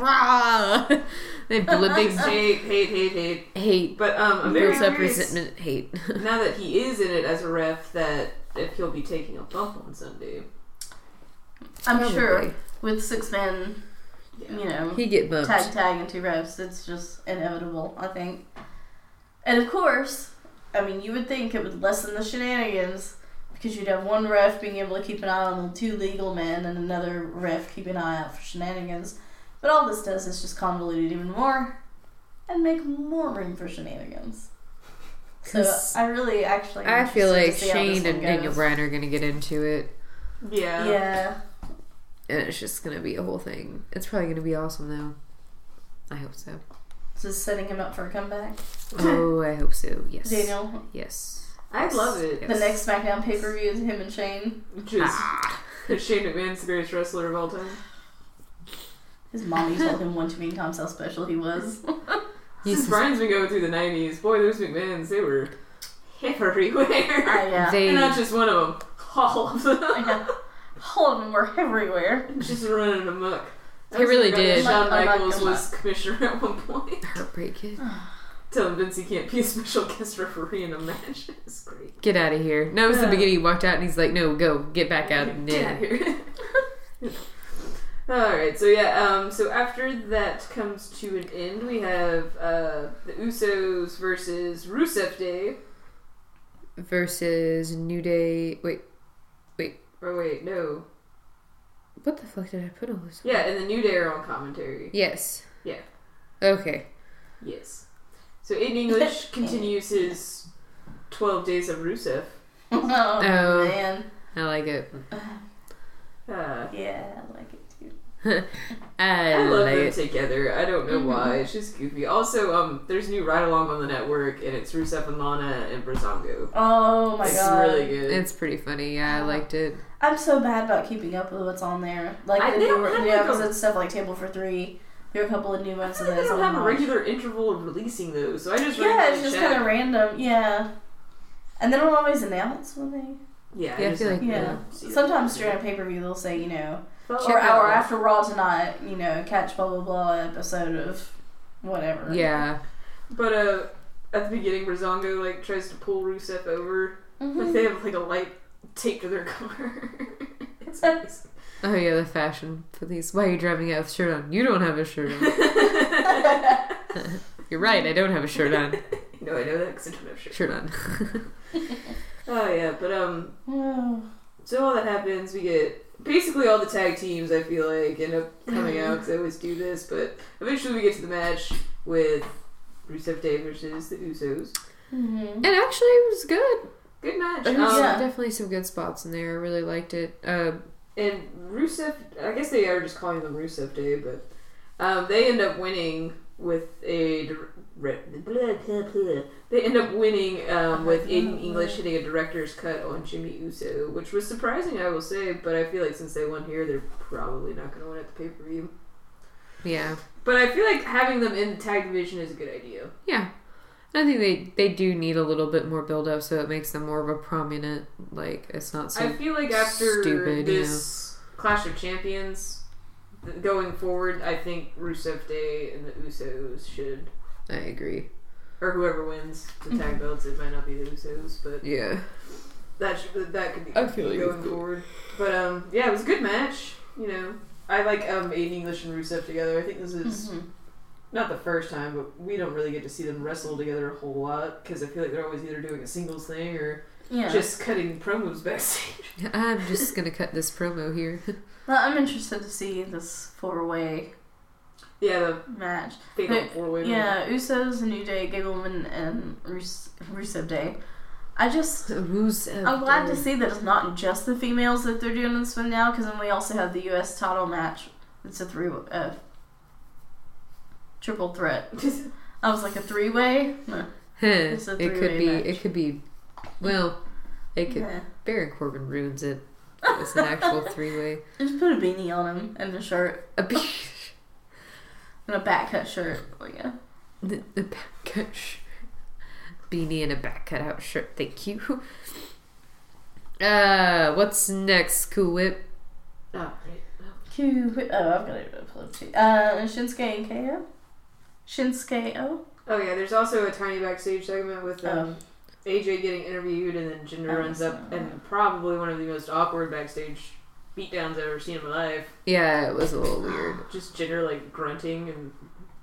[SPEAKER 2] Yeah, brah. They bl- they
[SPEAKER 1] Hate, hate, hate, hate.
[SPEAKER 2] hate
[SPEAKER 1] But um, I'm very
[SPEAKER 2] builds up
[SPEAKER 1] curious,
[SPEAKER 2] resentment. Hate.
[SPEAKER 1] Now that he is in it as a ref, that if he'll be taking a bump on Sunday.
[SPEAKER 3] I'm sure
[SPEAKER 2] Probably.
[SPEAKER 3] with six man you know,
[SPEAKER 2] He get bumped.
[SPEAKER 3] tag tag and two refs. It's just inevitable, I think. And of course, I mean, you would think it would lessen the shenanigans because you'd have one ref being able to keep an eye on the two legal men and another ref keeping an eye out for shenanigans. But all this does is just convolute it even more and make more room for shenanigans. So
[SPEAKER 2] 'Cause
[SPEAKER 3] I really actually. am
[SPEAKER 2] I feel
[SPEAKER 3] interested
[SPEAKER 2] like
[SPEAKER 3] to see how this
[SPEAKER 2] Shane
[SPEAKER 3] one
[SPEAKER 2] and Daniel
[SPEAKER 3] goes.
[SPEAKER 2] Bryan are gonna get into it,
[SPEAKER 1] Yeah.
[SPEAKER 3] Yeah,
[SPEAKER 2] and it's just gonna be a whole thing. It's probably gonna be awesome though. I hope so.
[SPEAKER 3] just setting him up for a comeback.
[SPEAKER 2] Oh, I hope so. Yes.
[SPEAKER 3] Daniel,
[SPEAKER 2] Yes.
[SPEAKER 1] I love it.
[SPEAKER 2] Yeah.
[SPEAKER 3] the next SmackDown pay per view is him and Shane.
[SPEAKER 1] Just
[SPEAKER 2] Ah.
[SPEAKER 1] Shane McMahon's the greatest wrestler of all time.
[SPEAKER 3] His mommy told him one too many times how special he was.
[SPEAKER 2] Yes,
[SPEAKER 1] Since Brian's been going through the '90s, boy, those McMahons they were everywhere,
[SPEAKER 3] I, uh,
[SPEAKER 2] They.
[SPEAKER 1] and not just one of them, all of
[SPEAKER 3] I
[SPEAKER 1] them,
[SPEAKER 3] know. All of them were everywhere.
[SPEAKER 1] just running amok. I
[SPEAKER 2] They
[SPEAKER 1] was
[SPEAKER 2] really
[SPEAKER 1] forgotten
[SPEAKER 2] did.
[SPEAKER 1] Shawn
[SPEAKER 3] Amok, amok,
[SPEAKER 1] Michaels was
[SPEAKER 3] amok.
[SPEAKER 1] commissioner at one point.
[SPEAKER 2] Heartbreaking.
[SPEAKER 1] Tell him Vince he can't be a special guest referee in a match. It's great.
[SPEAKER 2] Get out of here. No, it was the
[SPEAKER 1] Yeah.
[SPEAKER 2] beginning. He walked out and he's like, no, go, get back out. And
[SPEAKER 1] Get
[SPEAKER 2] then
[SPEAKER 1] out of here. All right, so yeah, um, so after that comes to an end, we have uh, the Usos versus Rusev Day.
[SPEAKER 2] versus New Day. Wait,
[SPEAKER 1] Or wait, no,
[SPEAKER 2] what the fuck did I put on this?
[SPEAKER 1] yeah, and the New Day are on commentary.
[SPEAKER 2] Yes.
[SPEAKER 1] Yeah.
[SPEAKER 2] Okay.
[SPEAKER 1] Yes. So Aiden English continues his 12 Days of Rusev.
[SPEAKER 3] Oh,
[SPEAKER 2] Oh.
[SPEAKER 3] man.
[SPEAKER 2] I like it.
[SPEAKER 1] Uh,
[SPEAKER 3] Yeah, I like it too.
[SPEAKER 2] I,
[SPEAKER 1] I love
[SPEAKER 2] like
[SPEAKER 1] them
[SPEAKER 2] it.
[SPEAKER 1] together. I don't know why. It's just goofy. Also, um, there's a new ride along on the network, and it's Rusev and Lana and Brazongo.
[SPEAKER 3] Oh my
[SPEAKER 1] it's
[SPEAKER 3] god.
[SPEAKER 1] really good.
[SPEAKER 2] It's pretty funny. Yeah, I liked it.
[SPEAKER 3] I'm so bad about keeping up with what's on there. Like
[SPEAKER 1] I-
[SPEAKER 3] the
[SPEAKER 1] they
[SPEAKER 3] new
[SPEAKER 1] don't have,
[SPEAKER 3] yeah,
[SPEAKER 1] like, a-
[SPEAKER 3] because it's stuff like Table for Three. There are a couple of new ones of
[SPEAKER 1] they
[SPEAKER 3] those.
[SPEAKER 1] don't
[SPEAKER 3] I
[SPEAKER 1] have a
[SPEAKER 3] wanna watch.
[SPEAKER 1] regular interval of releasing those, so I just
[SPEAKER 3] Yeah,
[SPEAKER 1] randomly
[SPEAKER 3] it's just
[SPEAKER 1] check.
[SPEAKER 3] kind of random. Yeah. And they don't always announce when they.
[SPEAKER 1] yeah.
[SPEAKER 2] Yeah, I
[SPEAKER 1] just
[SPEAKER 2] feel
[SPEAKER 1] like,
[SPEAKER 2] like-
[SPEAKER 3] Yeah.
[SPEAKER 1] see it.
[SPEAKER 3] Sometimes during a pay per view, they'll say, you know,
[SPEAKER 1] But,
[SPEAKER 2] Check
[SPEAKER 3] or
[SPEAKER 2] out
[SPEAKER 3] hour
[SPEAKER 2] the-
[SPEAKER 3] after Raw tonight, you know, catch blah blah blah episode of whatever.
[SPEAKER 2] Yeah.
[SPEAKER 1] but uh, at the beginning, Brazongo like tries to pull Rusev over,
[SPEAKER 3] Mhm.
[SPEAKER 1] but they have like a light taped to their car. it's amazing.
[SPEAKER 2] Oh yeah, the fashion for these. Why are you driving out with a shirt on? You don't have a shirt on. You're right. I don't have a shirt on.
[SPEAKER 1] No, I know that because I don't have shirts.
[SPEAKER 2] Shirt on.
[SPEAKER 1] Oh yeah, but um,
[SPEAKER 3] Oh.
[SPEAKER 1] so all that happens, we get basically all the tag teams. I feel like end up coming out because I always do this, but eventually we get to the match with Rusev Day versus the Usos.
[SPEAKER 3] Mhm.
[SPEAKER 2] And actually, it was good.
[SPEAKER 1] Good match.
[SPEAKER 2] There's
[SPEAKER 1] Um,
[SPEAKER 3] Yeah.
[SPEAKER 2] definitely some good spots in there. I really liked it. Uh,
[SPEAKER 1] And Rusev, I guess they are just calling them Rusev Day, but um, they end up winning with a. dir- re- blah, blah, blah. They end up winning um, with Aiden English hitting a director's cut on Jimmy Uso, which was surprising, I will say. But I feel like since they won here, they're probably not going to win at the pay per view.
[SPEAKER 2] yeah,
[SPEAKER 1] But I feel like having them in the tag division is a good idea.
[SPEAKER 2] yeah. I think they they do need a little bit more build up, so it makes them more of a prominent. Like it's not so.
[SPEAKER 1] I feel like after
[SPEAKER 2] stupid,
[SPEAKER 1] this Clash of Champions, th- going forward, I think Rusev Day and the Usos should
[SPEAKER 2] I agree.
[SPEAKER 1] or whoever wins the
[SPEAKER 2] Mm-hmm.
[SPEAKER 1] tag belts. It might not be the Usos, but
[SPEAKER 2] Yeah.
[SPEAKER 1] that should, that could be
[SPEAKER 2] I feel like it was
[SPEAKER 1] going
[SPEAKER 2] cool.
[SPEAKER 1] forward. But um, yeah, it was a good match. You know, I like um Aiden English and Rusev together. I think this
[SPEAKER 2] Mm-hmm.
[SPEAKER 1] is
[SPEAKER 3] Mhm.
[SPEAKER 1] not the first time, but we don't really get to see them wrestle together a whole lot because I feel like they're always either doing a singles thing or
[SPEAKER 3] Yeah.
[SPEAKER 1] just cutting promos backstage.
[SPEAKER 2] I'm just gonna cut this promo here.
[SPEAKER 3] Well, I'm interested to see this four way
[SPEAKER 1] yeah, the
[SPEAKER 3] match.
[SPEAKER 1] big
[SPEAKER 3] But-
[SPEAKER 1] old four way.
[SPEAKER 3] Yeah, Usos, New Day, Giggleman, and Rus- Rusev Day. I just.
[SPEAKER 2] Who's
[SPEAKER 3] I'm glad to see that it's not just the females that they're doing this with now, because then we also have the U.S. title match. It's a three uh, triple threat. I was like a three way. It's a
[SPEAKER 2] it could
[SPEAKER 3] three-way
[SPEAKER 2] be.
[SPEAKER 3] match.
[SPEAKER 2] It could be. Well, it could. Baron Corbin ruins it. It's an actual three way.
[SPEAKER 3] Just put a beanie on him and a shirt
[SPEAKER 2] A big.
[SPEAKER 3] and a back cut shirt. Like, yeah.
[SPEAKER 2] The, the back cut sh- beanie and a back cutout shirt. Thank you. Uh, what's next? Cool Whip.
[SPEAKER 1] Oh, right.
[SPEAKER 3] Q. Oh, I've got it uploaded too. Uh, Shinsuke and KO. Shinsuke O.
[SPEAKER 1] oh yeah, there's also a tiny backstage segment with um, AJ getting interviewed and then Jinder
[SPEAKER 3] Oh,
[SPEAKER 1] runs up
[SPEAKER 3] so-
[SPEAKER 1] and probably one of the most awkward backstage beatdowns I've ever seen in my life.
[SPEAKER 2] Yeah, it was a little weird.
[SPEAKER 1] Just Jinder like grunting and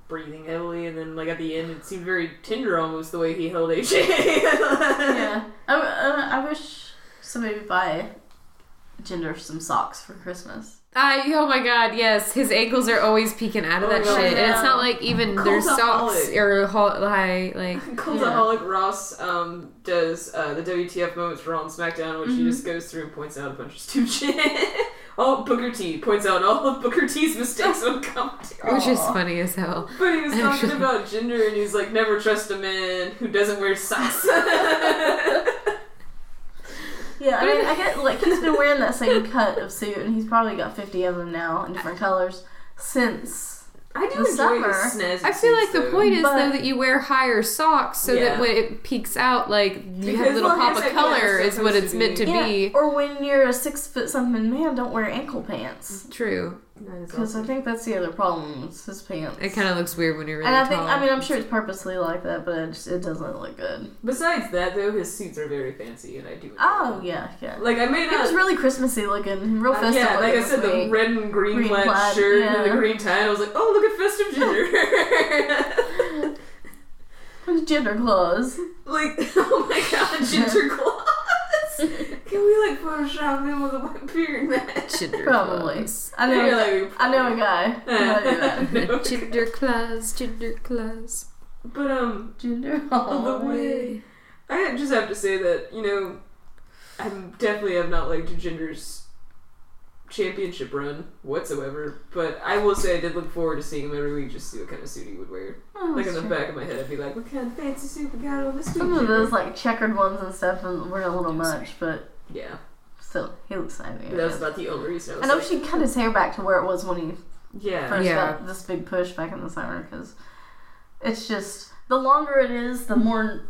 [SPEAKER 1] breathing heavily, and then like at the end, it seemed very tender almost the way he held AJ.
[SPEAKER 3] Oh, yeah. I, uh, I wish somebody would buy Gender some socks for Christmas.
[SPEAKER 2] I oh my god, yes, his ankles are always peeking out of
[SPEAKER 1] Oh
[SPEAKER 2] that
[SPEAKER 1] my God,
[SPEAKER 2] shit, and it's
[SPEAKER 3] yeah.
[SPEAKER 2] not like even there's socks
[SPEAKER 1] Cultaholic.
[SPEAKER 2] or hot like like
[SPEAKER 1] Cultaholic Ross um, does uh, the WTF moments for on SmackDown, which
[SPEAKER 3] Mm-hmm.
[SPEAKER 1] he just goes through and points out a bunch of stupid shit. oh, Booker T points out all of Booker T's mistakes on commentary.
[SPEAKER 2] which is
[SPEAKER 3] Aw.
[SPEAKER 2] funny as hell.
[SPEAKER 1] But he was talking
[SPEAKER 2] Actually.
[SPEAKER 1] about gender, and he's like, "Never trust a man who doesn't wear socks."
[SPEAKER 3] Yeah, I mean, I get like he's been wearing that same cut of suit, and he's probably got fifty of them now in different colors since.
[SPEAKER 1] I do
[SPEAKER 3] The
[SPEAKER 1] enjoy
[SPEAKER 3] summer.
[SPEAKER 1] the snazzy
[SPEAKER 2] I feel like
[SPEAKER 1] suits,
[SPEAKER 2] the
[SPEAKER 1] though.
[SPEAKER 2] point is
[SPEAKER 3] But-
[SPEAKER 2] though that you wear higher socks so
[SPEAKER 1] Yeah.
[SPEAKER 2] that when it peeks out, like you have
[SPEAKER 1] Because,
[SPEAKER 2] a little
[SPEAKER 1] well,
[SPEAKER 2] pop
[SPEAKER 1] yes,
[SPEAKER 2] of
[SPEAKER 1] I guess
[SPEAKER 2] color
[SPEAKER 1] it's
[SPEAKER 2] is what
[SPEAKER 1] supposed
[SPEAKER 2] it's
[SPEAKER 1] to
[SPEAKER 2] meant to
[SPEAKER 1] be.
[SPEAKER 3] Yeah,
[SPEAKER 2] be.
[SPEAKER 3] or when you're a six foot something man, don't wear ankle pants
[SPEAKER 2] True.
[SPEAKER 1] That is
[SPEAKER 3] because I
[SPEAKER 1] awesome.
[SPEAKER 3] think that's the other problem. It's his pants.
[SPEAKER 2] It kind of looks weird when you're really
[SPEAKER 3] and I
[SPEAKER 2] tall.
[SPEAKER 3] think I mean I'm sure it's purposely like that, but it, just, it doesn't look good.
[SPEAKER 1] Besides that, though, his suits are very fancy, and I do. enjoy
[SPEAKER 3] Oh
[SPEAKER 1] them.
[SPEAKER 3] yeah, yeah.
[SPEAKER 1] Like I may
[SPEAKER 3] He was
[SPEAKER 1] not.
[SPEAKER 3] really Christmassy looking, real
[SPEAKER 1] Uh,
[SPEAKER 3] festive.
[SPEAKER 1] yeah, like I
[SPEAKER 3] looking
[SPEAKER 1] said,
[SPEAKER 3] this
[SPEAKER 1] the
[SPEAKER 3] week.
[SPEAKER 1] red and green,
[SPEAKER 3] Green
[SPEAKER 1] plaid,
[SPEAKER 3] plaid,
[SPEAKER 1] shirt and
[SPEAKER 3] yeah.
[SPEAKER 1] the green tie. And I was like, "Oh, look at festive ginger!"
[SPEAKER 3] gender clothes.
[SPEAKER 1] like, oh my god, ginger claws! Can we like Photoshop him with a white beard match?
[SPEAKER 2] Ginger
[SPEAKER 3] Probably.
[SPEAKER 2] claws.
[SPEAKER 3] I know.
[SPEAKER 1] Yeah, like,
[SPEAKER 3] I know a guy. who might do that.
[SPEAKER 1] No.
[SPEAKER 2] Ginger claws, ginger claws.
[SPEAKER 1] But um,
[SPEAKER 3] Gender.
[SPEAKER 1] the way. I just have to say that you know, I definitely have not liked Ginger's championship run whatsoever. But I will say I did look forward to seeing him every week just to see what kind of suit he would wear.
[SPEAKER 3] Oh,
[SPEAKER 1] like in the
[SPEAKER 3] sure.
[SPEAKER 1] back of my head, I'd be like, "What kind of fancy suit we got on this week?"
[SPEAKER 3] Some of
[SPEAKER 1] Ginger?"
[SPEAKER 3] those like checkered ones and stuff and were a little much, but
[SPEAKER 1] Yeah,
[SPEAKER 3] still, he looks happy.
[SPEAKER 1] but that was about the only reason. I was
[SPEAKER 3] I know
[SPEAKER 1] like,
[SPEAKER 3] she cut his hair back to where it was when he
[SPEAKER 1] yeah,
[SPEAKER 3] first
[SPEAKER 2] Yeah.
[SPEAKER 3] got this big push back in the summer because it's just the longer it is, the more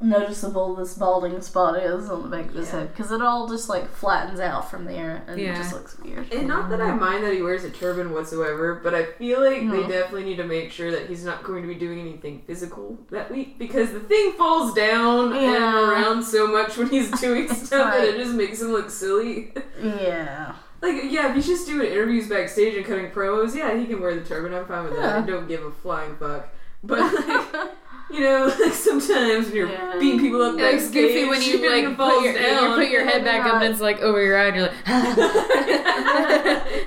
[SPEAKER 3] noticeable this balding spot is on the back of his
[SPEAKER 1] Yeah.
[SPEAKER 3] head because it all just like flattens out from there and
[SPEAKER 2] Yeah.
[SPEAKER 3] it just looks weird.
[SPEAKER 1] And not that I mind that he wears a turban whatsoever, but I feel like
[SPEAKER 3] No.
[SPEAKER 1] they definitely need to make sure that he's not going to be doing anything physical that week because the thing falls down
[SPEAKER 3] Yeah.
[SPEAKER 1] and around so much when he's doing stuff that
[SPEAKER 3] right.
[SPEAKER 1] it just makes him look silly.
[SPEAKER 3] Yeah.
[SPEAKER 1] Like, yeah, if he's just doing interviews backstage and cutting promos, yeah, he can wear the turban. I'm fine with that.
[SPEAKER 3] Yeah.
[SPEAKER 1] I don't give a flying fuck. But, like, you know, like sometimes when you're
[SPEAKER 3] Yeah.
[SPEAKER 1] beating people up
[SPEAKER 2] It
[SPEAKER 1] backstage,
[SPEAKER 2] looks goofy when you
[SPEAKER 1] shit
[SPEAKER 2] like put
[SPEAKER 1] falls
[SPEAKER 2] your,
[SPEAKER 1] down.
[SPEAKER 2] you put your head back up and it's like over your eye and you're like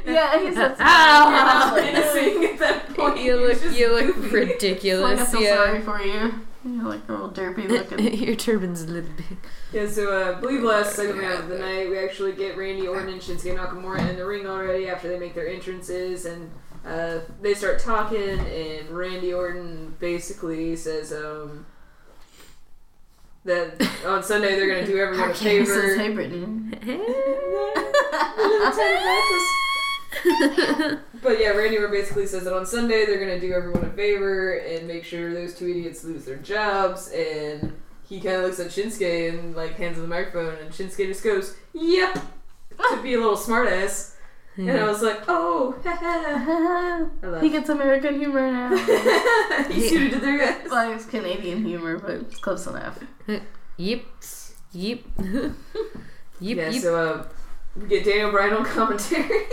[SPEAKER 3] Yeah, he said
[SPEAKER 2] Ow!
[SPEAKER 1] You're not menacing at that point.
[SPEAKER 2] You
[SPEAKER 1] You're
[SPEAKER 2] look
[SPEAKER 1] just
[SPEAKER 2] you look
[SPEAKER 1] goofy.
[SPEAKER 3] Like, I
[SPEAKER 2] ridiculous.
[SPEAKER 3] feel
[SPEAKER 2] yeah.
[SPEAKER 3] sorry for you. You're like a little derpy looking.
[SPEAKER 2] your turban's a little big.
[SPEAKER 1] Yeah, so uh, I believe last segment of the night we actually get Randy Orton and Shinsuke Nakamura in the ring already after they make their entrances and uh, they start talking and Randy Orton basically says um, that on Sunday they're gonna do everyone a
[SPEAKER 3] He says,
[SPEAKER 1] favor.
[SPEAKER 3] "Hey, Brittany."
[SPEAKER 1] But yeah, Randy Orton basically says that on Sunday they're gonna do everyone a favor and make sure those two idiots lose their jobs and. He kind of looks at Shinsuke and like hands him the microphone, and Shinsuke just goes, "Yep," to be a little smartass. And
[SPEAKER 2] Mm-hmm.
[SPEAKER 1] I was like, oh, I love
[SPEAKER 3] he gets American humor now.
[SPEAKER 1] it. you suited to their guys.
[SPEAKER 3] well, it's Canadian humor, but it's close enough.
[SPEAKER 2] Yep. Yep. Yep.
[SPEAKER 1] yeah,
[SPEAKER 2] Yep.
[SPEAKER 1] so um, we get Daniel Bryan on commentary.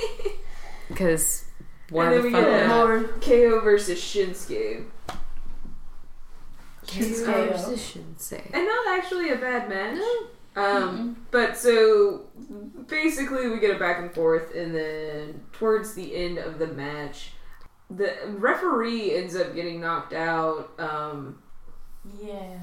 [SPEAKER 2] Because why
[SPEAKER 1] And then
[SPEAKER 2] the
[SPEAKER 1] we
[SPEAKER 2] fuck?
[SPEAKER 1] get
[SPEAKER 2] not?
[SPEAKER 1] a- KO versus Shinsuke.
[SPEAKER 3] Shinsuke.
[SPEAKER 2] say.
[SPEAKER 1] And not actually a bad match. Um, But so basically, we get a back and forth, and then towards the end of the match, the referee ends up getting knocked out. Um,
[SPEAKER 3] Yeah.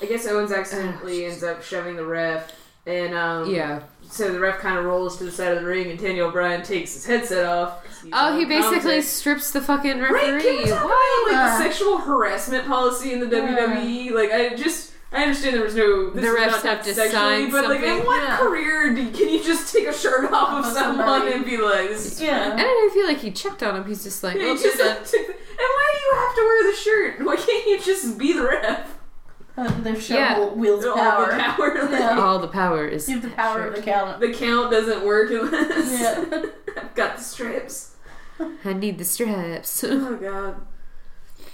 [SPEAKER 1] I guess Owens accidentally ends up shoving the ref, and um,
[SPEAKER 2] Yeah.
[SPEAKER 1] So the ref kind of rolls to the side of the ring, and Daniel Bryan takes his headset off.
[SPEAKER 2] Oh, he basically
[SPEAKER 1] Right,
[SPEAKER 2] strips the fucking
[SPEAKER 1] can we
[SPEAKER 2] referee.
[SPEAKER 1] talk about like the sexual harassment policy in the WWE? Like, I just I understand there was no this
[SPEAKER 2] The
[SPEAKER 1] is
[SPEAKER 2] refs
[SPEAKER 1] not
[SPEAKER 2] have to
[SPEAKER 1] sexually,
[SPEAKER 2] sign
[SPEAKER 1] but like in
[SPEAKER 2] something.
[SPEAKER 1] what
[SPEAKER 3] Yeah.
[SPEAKER 1] career do, can you just take a shirt off of
[SPEAKER 3] Off of
[SPEAKER 1] someone
[SPEAKER 3] somebody.
[SPEAKER 1] and be like, this is
[SPEAKER 2] I
[SPEAKER 3] Yeah.
[SPEAKER 2] don't even feel like he checked on him. He's just like,
[SPEAKER 1] You
[SPEAKER 2] oh,
[SPEAKER 1] just have to- and why do you have to wear the shirt? Why can't you just be the ref?
[SPEAKER 3] they've shown
[SPEAKER 2] Yeah.
[SPEAKER 3] all wheels of
[SPEAKER 1] All
[SPEAKER 3] power.
[SPEAKER 1] the power. like,
[SPEAKER 3] Yeah.
[SPEAKER 2] all the power is.
[SPEAKER 3] You have the power of the count.
[SPEAKER 1] The count doesn't work unless
[SPEAKER 3] Yeah.
[SPEAKER 1] I've got the strips.
[SPEAKER 2] I need the straps.
[SPEAKER 1] Oh god.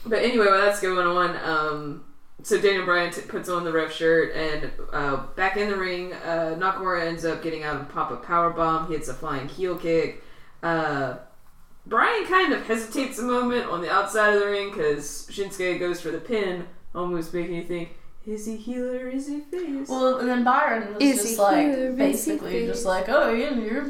[SPEAKER 1] But anyway, while that's going on, um, so Daniel Bryan t- puts on the ref shirt and uh, back in the ring, uh, Nakamura ends up getting out and pop a power bomb, hits a flying heel kick. Uh, Bryan kind of hesitates a moment on the outside of the ring because Shinsuke goes for the pin, almost making you think, is he heel or is he face?
[SPEAKER 3] Well, and then Byron was
[SPEAKER 2] Is he
[SPEAKER 3] just like
[SPEAKER 2] here? Is he
[SPEAKER 3] basically
[SPEAKER 2] there?
[SPEAKER 3] just like, oh, yeah, you're,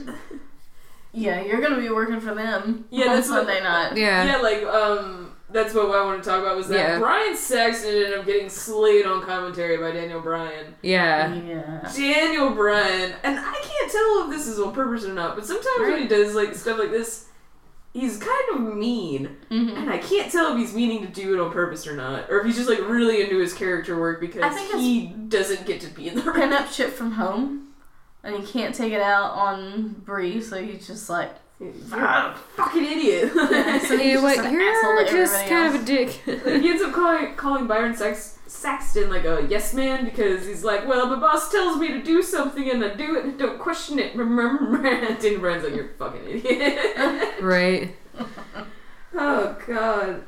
[SPEAKER 3] yeah, you're gonna be working for them.
[SPEAKER 1] Yeah,
[SPEAKER 3] on
[SPEAKER 1] that's what-
[SPEAKER 3] Sunday night.
[SPEAKER 2] Yeah.
[SPEAKER 1] yeah, like um, that's what I want to talk about was that
[SPEAKER 2] Yeah.
[SPEAKER 1] Brian Saxton ended up getting slayed on commentary by Daniel Bryan.
[SPEAKER 2] Yeah.
[SPEAKER 3] Yeah.
[SPEAKER 1] Daniel Bryan, and I can't tell if this is on purpose or not, but sometimes when he does like stuff like this, he's kind of mean,
[SPEAKER 3] Mhm.
[SPEAKER 1] and I can't tell if he's meaning to do it on purpose or not, or if he's just like really into his character work because
[SPEAKER 3] I think it's-
[SPEAKER 1] he doesn't get to be in the ring.
[SPEAKER 3] Pin up shit from home, and he can't take it out on Bree, so he's just like,
[SPEAKER 1] You're a fucking idiot.
[SPEAKER 3] Yeah, so
[SPEAKER 2] You know
[SPEAKER 3] He's just
[SPEAKER 2] what?
[SPEAKER 3] an asshole
[SPEAKER 2] You're
[SPEAKER 3] to
[SPEAKER 2] just
[SPEAKER 3] everybody
[SPEAKER 2] kind
[SPEAKER 3] else.
[SPEAKER 2] of a dick.
[SPEAKER 1] Like, he ends up calling, calling Byron Sax- Saxton like a yes man because he's like, well, the boss tells me to do something and I do it and don't question it. Daniel Bryan's like, you're a fucking idiot.
[SPEAKER 2] right.
[SPEAKER 1] oh, God.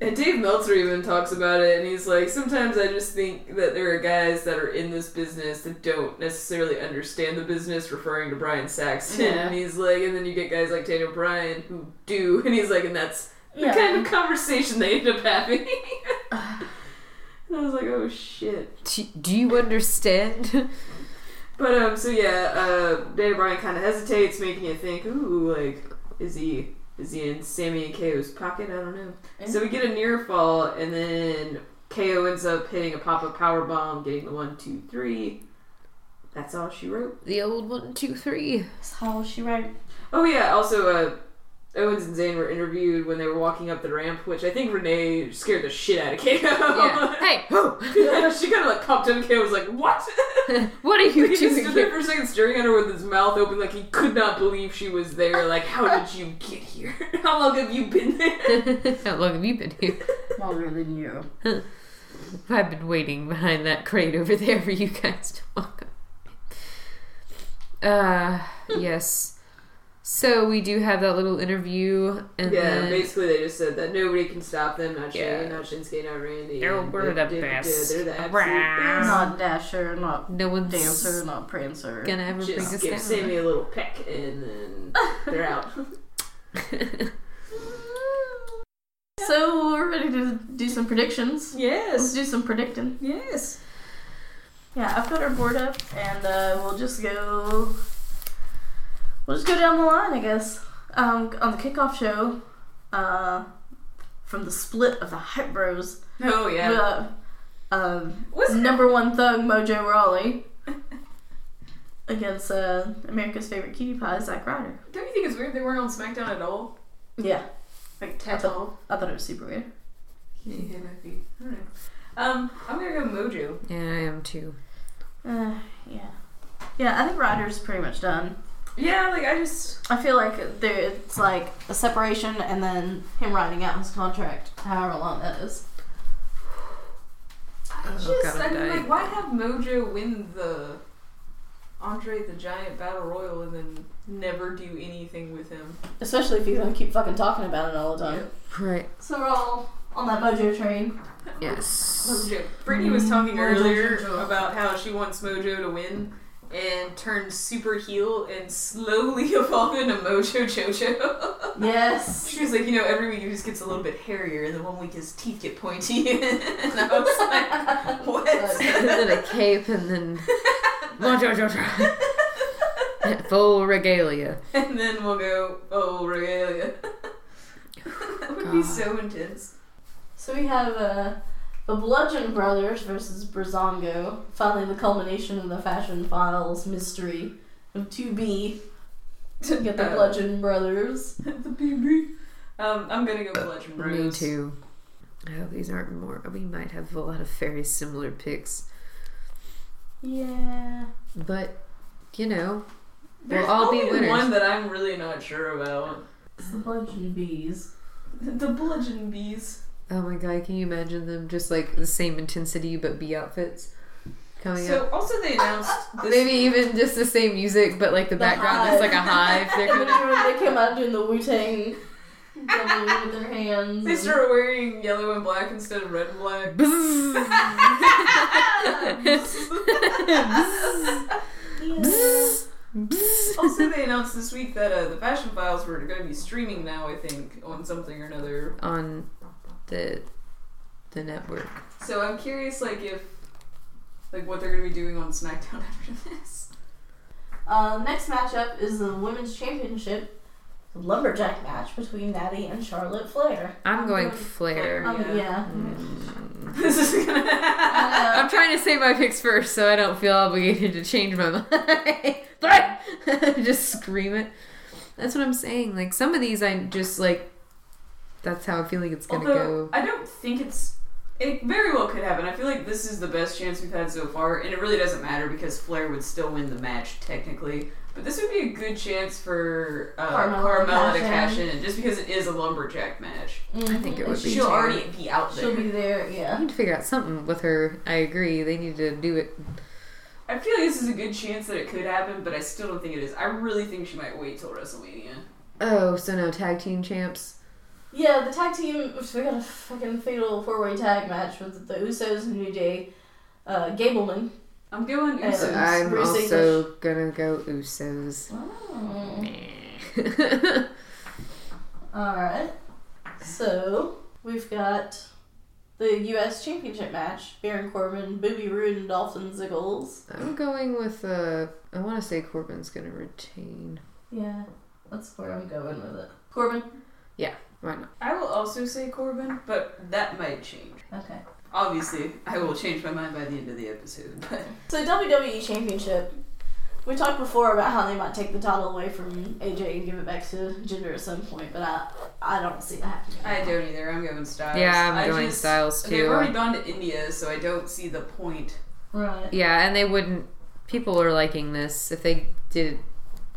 [SPEAKER 1] And Dave Meltzer even talks about it, and he's like, sometimes I just think that there are guys that are in this business that don't necessarily understand the business, referring to Brian Saxton.
[SPEAKER 3] Yeah.
[SPEAKER 1] And he's like, and then you get guys like Daniel Bryan who do, and he's like, and that's the
[SPEAKER 3] yeah.
[SPEAKER 1] kind of conversation they end up having. and I was like, oh shit.
[SPEAKER 2] Do, do you understand?
[SPEAKER 1] But um, so yeah, uh, Daniel Bryan kind of hesitates, making you think, ooh, like, is he is he in Sammy and KO's pocket? I don't know. So we get a near fall, and then KO ends up hitting a pop up power bomb, getting the one, two, three. That's all she wrote.
[SPEAKER 2] the old one, two, three.
[SPEAKER 3] That's how she wrote.
[SPEAKER 1] Oh yeah, also uh. Owens and Zayn were interviewed when they were walking up the ramp, which I think Renee scared the shit out of KO.
[SPEAKER 2] Yeah. hey,
[SPEAKER 1] she kind of like popped in and was like, "What?"
[SPEAKER 2] what are you
[SPEAKER 1] he just
[SPEAKER 2] doing
[SPEAKER 1] stood there
[SPEAKER 2] here?
[SPEAKER 1] for a second, staring at her with his mouth open, like he could not believe she was there. Like, how did you get here? How long have you been there?
[SPEAKER 2] How long have you been here?
[SPEAKER 3] Longer than you.
[SPEAKER 2] I've been waiting behind that crate over there for you guys to walk up. Uh, yes. So we do have that little interview, and
[SPEAKER 1] yeah,
[SPEAKER 2] then
[SPEAKER 1] basically they just said that nobody can stop them. Not Shane,
[SPEAKER 2] Uh-huh. Yeah.
[SPEAKER 1] not Shinsuke, not Randy.
[SPEAKER 2] They're-
[SPEAKER 1] and
[SPEAKER 2] we're
[SPEAKER 1] they-
[SPEAKER 2] the
[SPEAKER 1] they- they-
[SPEAKER 2] best
[SPEAKER 1] They're the
[SPEAKER 2] around.
[SPEAKER 1] absolute
[SPEAKER 3] Not Dasher, not
[SPEAKER 2] no one's
[SPEAKER 3] Dancer, not Prancer.
[SPEAKER 2] gonna ever
[SPEAKER 1] best. Just
[SPEAKER 2] bring
[SPEAKER 1] give
[SPEAKER 2] us down.
[SPEAKER 1] Sammy a little peck, and then they're out.
[SPEAKER 3] So we're ready to do some predictions. Let's
[SPEAKER 1] yes,
[SPEAKER 3] do some predicting.
[SPEAKER 1] yes.
[SPEAKER 3] Yeah, I've got our board up, and uh, we'll just go. We'll just go down the line, I guess. Um, on the kickoff show, uh, from the split of the Hype Bros,
[SPEAKER 1] Oh yeah.
[SPEAKER 3] uh, um,
[SPEAKER 1] Was it-
[SPEAKER 3] number one thug Mojo Rawley against uh, America's favorite cutie pie, Zack Ryder.
[SPEAKER 1] Don't you think it's weird they weren't on SmackDown at all?
[SPEAKER 3] Yeah,
[SPEAKER 1] Like
[SPEAKER 3] at all? I thought it was super weird.
[SPEAKER 1] Yeah, it might be. I don't know. Um, I'm gonna go Mojo.
[SPEAKER 2] Yeah, I am too.
[SPEAKER 3] Uh, yeah, yeah. I think Ryder's pretty much done.
[SPEAKER 1] Yeah, like I just
[SPEAKER 3] I feel like there it's like a separation and then him writing out his contract, however long that is.
[SPEAKER 1] I
[SPEAKER 2] Oh,
[SPEAKER 1] just
[SPEAKER 2] God,
[SPEAKER 1] I
[SPEAKER 2] I'm
[SPEAKER 1] mean like
[SPEAKER 2] dying.
[SPEAKER 1] why have Mojo win the Andre the Giant Battle Royal and then never do anything with him?
[SPEAKER 3] Especially if you're gonna keep fucking talking about it all the time.
[SPEAKER 2] Right.
[SPEAKER 3] So we're all on that mojo train.
[SPEAKER 2] Yes.
[SPEAKER 1] Mojo. Brittany
[SPEAKER 2] Mm,
[SPEAKER 1] was talking
[SPEAKER 3] Mojo
[SPEAKER 1] earlier
[SPEAKER 3] Jojo.
[SPEAKER 1] about how she wants Mojo to win and turn super heel and slowly evolve into Mojo Jojo.
[SPEAKER 3] Yes.
[SPEAKER 1] she was like, you know, every week he just gets a little bit hairier and then one week his teeth get pointy and I was like, What?
[SPEAKER 2] and then a cape, and then Mojo Jojo. Full regalia.
[SPEAKER 1] and then we'll go, oh, regalia. that would be
[SPEAKER 2] God.
[SPEAKER 1] so intense.
[SPEAKER 3] So we have uh, the Bludgeon Brothers versus Brazongo. Finally the culmination of the fashion files mystery of two B. To get the
[SPEAKER 1] Uh,
[SPEAKER 3] Bludgeon Brothers.
[SPEAKER 1] the BB. Um, I'm gonna go Bludgeon
[SPEAKER 2] Me
[SPEAKER 1] Bros.
[SPEAKER 2] too. I hope these aren't more. We might have a lot of very similar picks.
[SPEAKER 3] Yeah.
[SPEAKER 2] But you know,
[SPEAKER 1] There's
[SPEAKER 2] We'll all be
[SPEAKER 1] only
[SPEAKER 2] winners.
[SPEAKER 1] one that I'm really not sure about.
[SPEAKER 3] It's the Bludgeon Bees.
[SPEAKER 1] The Bludgeon Bees.
[SPEAKER 2] oh my god, can you imagine them just like the same intensity but B outfits coming up?
[SPEAKER 1] So also they announced this.
[SPEAKER 2] Oh, Maybe even just the same music, but like the,
[SPEAKER 3] The
[SPEAKER 2] background is like a hive. They're
[SPEAKER 3] And
[SPEAKER 2] coming out.
[SPEAKER 3] then when they came out doing the Wu Tang yelling with their hands.
[SPEAKER 1] They
[SPEAKER 3] and-
[SPEAKER 1] start wearing yellow and black instead of red and black. also, they announced this week that uh, the Fashion Files were going to be streaming now. I think on something or another.
[SPEAKER 2] on the the network.
[SPEAKER 1] So I'm curious, like if like what they're going to be doing on SmackDown after this.
[SPEAKER 3] Uh, next matchup is the women's championship lumberjack match between Natty and Charlotte Flair.
[SPEAKER 2] I'm going Flair. Mm.
[SPEAKER 3] Um,
[SPEAKER 1] Yeah.
[SPEAKER 3] yeah.
[SPEAKER 1] this is going to.
[SPEAKER 3] I
[SPEAKER 2] I'm
[SPEAKER 3] know.
[SPEAKER 2] trying to say my picks first, so I don't feel obligated to change my mind. Flair! just scream it. That's what I'm saying. Like some of these, I just like. That's how I feel like it's gonna
[SPEAKER 1] Although
[SPEAKER 2] go.
[SPEAKER 1] I don't think it's. It very well could happen. I feel like this is the best chance we've had so far, and it really doesn't matter because Flair would still win the match technically. But this would be a good chance for uh,
[SPEAKER 3] Carmella
[SPEAKER 1] Carmella,
[SPEAKER 3] to
[SPEAKER 1] to
[SPEAKER 3] cash
[SPEAKER 1] cash in, just because it is a lumberjack match.
[SPEAKER 3] Mm-hmm.
[SPEAKER 2] I think it would be.
[SPEAKER 1] She'll
[SPEAKER 2] too.
[SPEAKER 1] already be out there.
[SPEAKER 3] She'll be there,
[SPEAKER 2] I
[SPEAKER 3] yeah.
[SPEAKER 2] need to figure out something with her. I agree. They need to do it.
[SPEAKER 1] I feel like this is a good chance that it could happen, but I still don't think it is. I really think she might wait till WrestleMania.
[SPEAKER 2] Oh, so no tag team champs.
[SPEAKER 3] Yeah, the tag team, we got a fucking fatal four way tag match with the Usos and New Day, uh, Gableman.
[SPEAKER 1] I'm going
[SPEAKER 3] Uh,
[SPEAKER 1] Usos.
[SPEAKER 2] I'm
[SPEAKER 3] Bruce
[SPEAKER 2] also gonna go Usos.
[SPEAKER 3] Oh.
[SPEAKER 2] Meh.
[SPEAKER 3] Alright. So, we've got the U.S. Championship match Baron Corbin, Booby Roode, and Dolphin Ziggles.
[SPEAKER 2] I'm going with uh I want to say Corbin's going to retain.
[SPEAKER 3] Yeah, that's where I'm going with it. Corbin?
[SPEAKER 2] Why not?
[SPEAKER 1] I will also say Corbin, but that might change.
[SPEAKER 3] Okay.
[SPEAKER 1] Obviously, I will change my mind by the end of the episode. But
[SPEAKER 3] So WWE Championship. We talked before about how they might take the title away from AJ and give it back to Jinder at some point, but I I don't see that happening.
[SPEAKER 1] I don't either. I'm going Styles.
[SPEAKER 2] Yeah, I'm
[SPEAKER 1] I
[SPEAKER 2] going
[SPEAKER 1] just-
[SPEAKER 2] Styles
[SPEAKER 1] They've
[SPEAKER 2] too.
[SPEAKER 1] already gone to India, so I don't see the point.
[SPEAKER 3] Right.
[SPEAKER 2] yeah, and they wouldn't people are liking this. If they did it,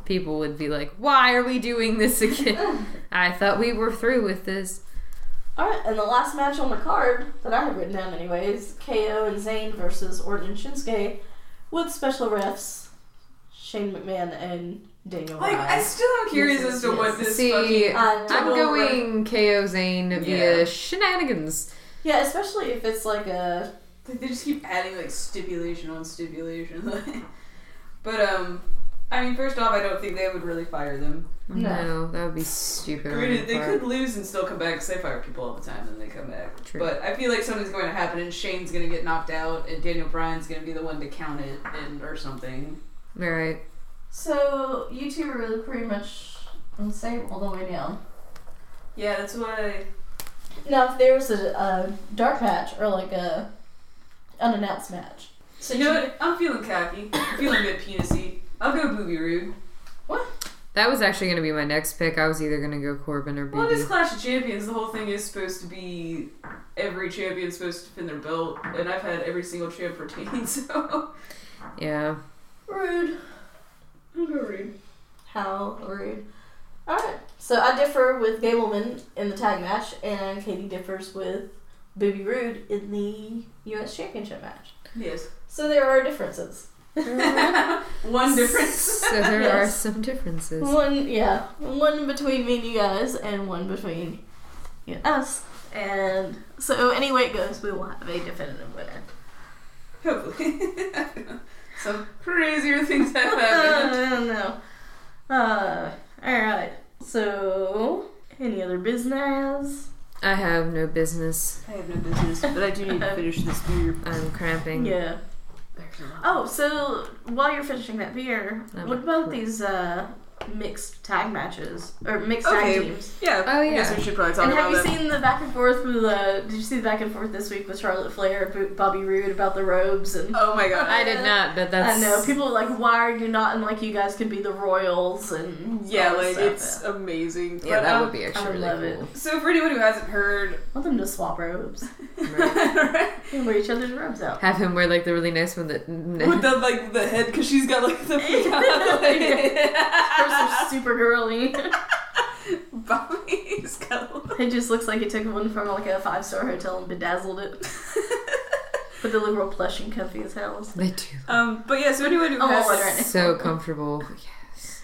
[SPEAKER 2] people would be like, "Why are we doing this again?" I thought we were through with this.
[SPEAKER 3] Alright, and the last match on the card that I have written down anyways, KO and Zayn versus Orton and Shinsuke with special refs Shane McMahon and Daniel
[SPEAKER 1] Like, I
[SPEAKER 3] Bryan.
[SPEAKER 1] still am curious
[SPEAKER 3] Yes,
[SPEAKER 1] as to
[SPEAKER 3] yes,
[SPEAKER 1] what
[SPEAKER 3] yes.
[SPEAKER 1] this
[SPEAKER 2] See,
[SPEAKER 1] fucking.
[SPEAKER 3] I know.
[SPEAKER 2] I'm
[SPEAKER 1] double
[SPEAKER 2] going KO Zane via shenanigans.
[SPEAKER 3] Yeah, especially if it's like a
[SPEAKER 1] Like, they just keep adding like stipulation on stipulation. but um, I mean, first off, I don't think they would really fire them.
[SPEAKER 2] No,
[SPEAKER 3] No.
[SPEAKER 2] that would be stupid. on
[SPEAKER 1] Granted, they
[SPEAKER 2] their
[SPEAKER 1] could
[SPEAKER 2] part.
[SPEAKER 1] lose and still come back because they fire people all the time and they come back.
[SPEAKER 2] True.
[SPEAKER 1] But I feel like something's going to happen, and Shane's going to get knocked out, and Daniel Bryan's going to be the one to count it, and or something.
[SPEAKER 2] right.
[SPEAKER 3] so you two are really pretty much on the same all the way down.
[SPEAKER 1] Yeah, that's why.
[SPEAKER 3] Now, if there was a, a dark match or like a unannounced match,
[SPEAKER 1] So you know what? I'm feeling cocky. I'm feeling a bit penisy. I'll go booby rude.
[SPEAKER 2] That was actually going to be my next pick. I was either going to go Corbin or BD.
[SPEAKER 1] Well, this Clash of Champions, the whole thing is supposed to be every champion's supposed to defend their belt, and I've had every single champ retain, so.
[SPEAKER 2] yeah.
[SPEAKER 3] rude.
[SPEAKER 1] I'm gonna read.
[SPEAKER 3] How rude. All right. So I differ with Gableman in the tag match, and Katie differs with Booby Rude in the U.S. Championship match.
[SPEAKER 1] Yes.
[SPEAKER 3] So there are differences.
[SPEAKER 1] One difference.
[SPEAKER 2] So there are
[SPEAKER 3] Yes.
[SPEAKER 2] some differences.
[SPEAKER 3] One, yeah, one between me and you guys, and one between you and us. And so, any way it goes, we will have a definitive winner.
[SPEAKER 1] Hopefully. Some crazier things have happened.
[SPEAKER 3] I don't know. Uh, alright. So, any other business?
[SPEAKER 2] I have no business.
[SPEAKER 1] I have no business, but I do need to finish this beer.
[SPEAKER 2] I'm cramping.
[SPEAKER 3] Yeah. Oh, so while you're finishing that beer,
[SPEAKER 2] Um,
[SPEAKER 3] what about these uh, mixed tag matches? Or mixed
[SPEAKER 1] Okay.
[SPEAKER 3] tag teams?
[SPEAKER 1] Yeah.
[SPEAKER 2] Oh,
[SPEAKER 1] I guess
[SPEAKER 2] yeah.
[SPEAKER 1] we should probably talk
[SPEAKER 3] And
[SPEAKER 1] about
[SPEAKER 3] have you
[SPEAKER 1] that.
[SPEAKER 3] seen the back and forth with, uh, did you see the back and forth this week with Charlotte Flair, Bo- Bobby Roode about the robes and.
[SPEAKER 1] oh my god.
[SPEAKER 2] I did not, but that's.
[SPEAKER 3] I know people are like, why are you not? And like, you guys could be the Royals, and
[SPEAKER 1] Yeah,
[SPEAKER 3] all this
[SPEAKER 1] like,
[SPEAKER 3] stuff.
[SPEAKER 1] it's amazing.
[SPEAKER 2] Yeah,
[SPEAKER 1] But,
[SPEAKER 2] that
[SPEAKER 1] um,
[SPEAKER 2] would be actually
[SPEAKER 3] I
[SPEAKER 2] really
[SPEAKER 3] love it.
[SPEAKER 2] cool.
[SPEAKER 1] So, for anyone who hasn't heard,
[SPEAKER 3] want them to swap robes and wear each other's robes out.
[SPEAKER 2] Have him wear like the really nice one that.
[SPEAKER 1] with the like the head, because she's got like the
[SPEAKER 3] Hers are super girly.
[SPEAKER 1] Bobby's got
[SPEAKER 3] It just looks like it took one from like a five star hotel and bedazzled it. but they look real plush and comfy as hell.
[SPEAKER 2] they do.
[SPEAKER 1] Um, but yeah, so anyone who
[SPEAKER 3] Oh,
[SPEAKER 1] has
[SPEAKER 3] I'll order it.
[SPEAKER 2] So comfortable. Yes.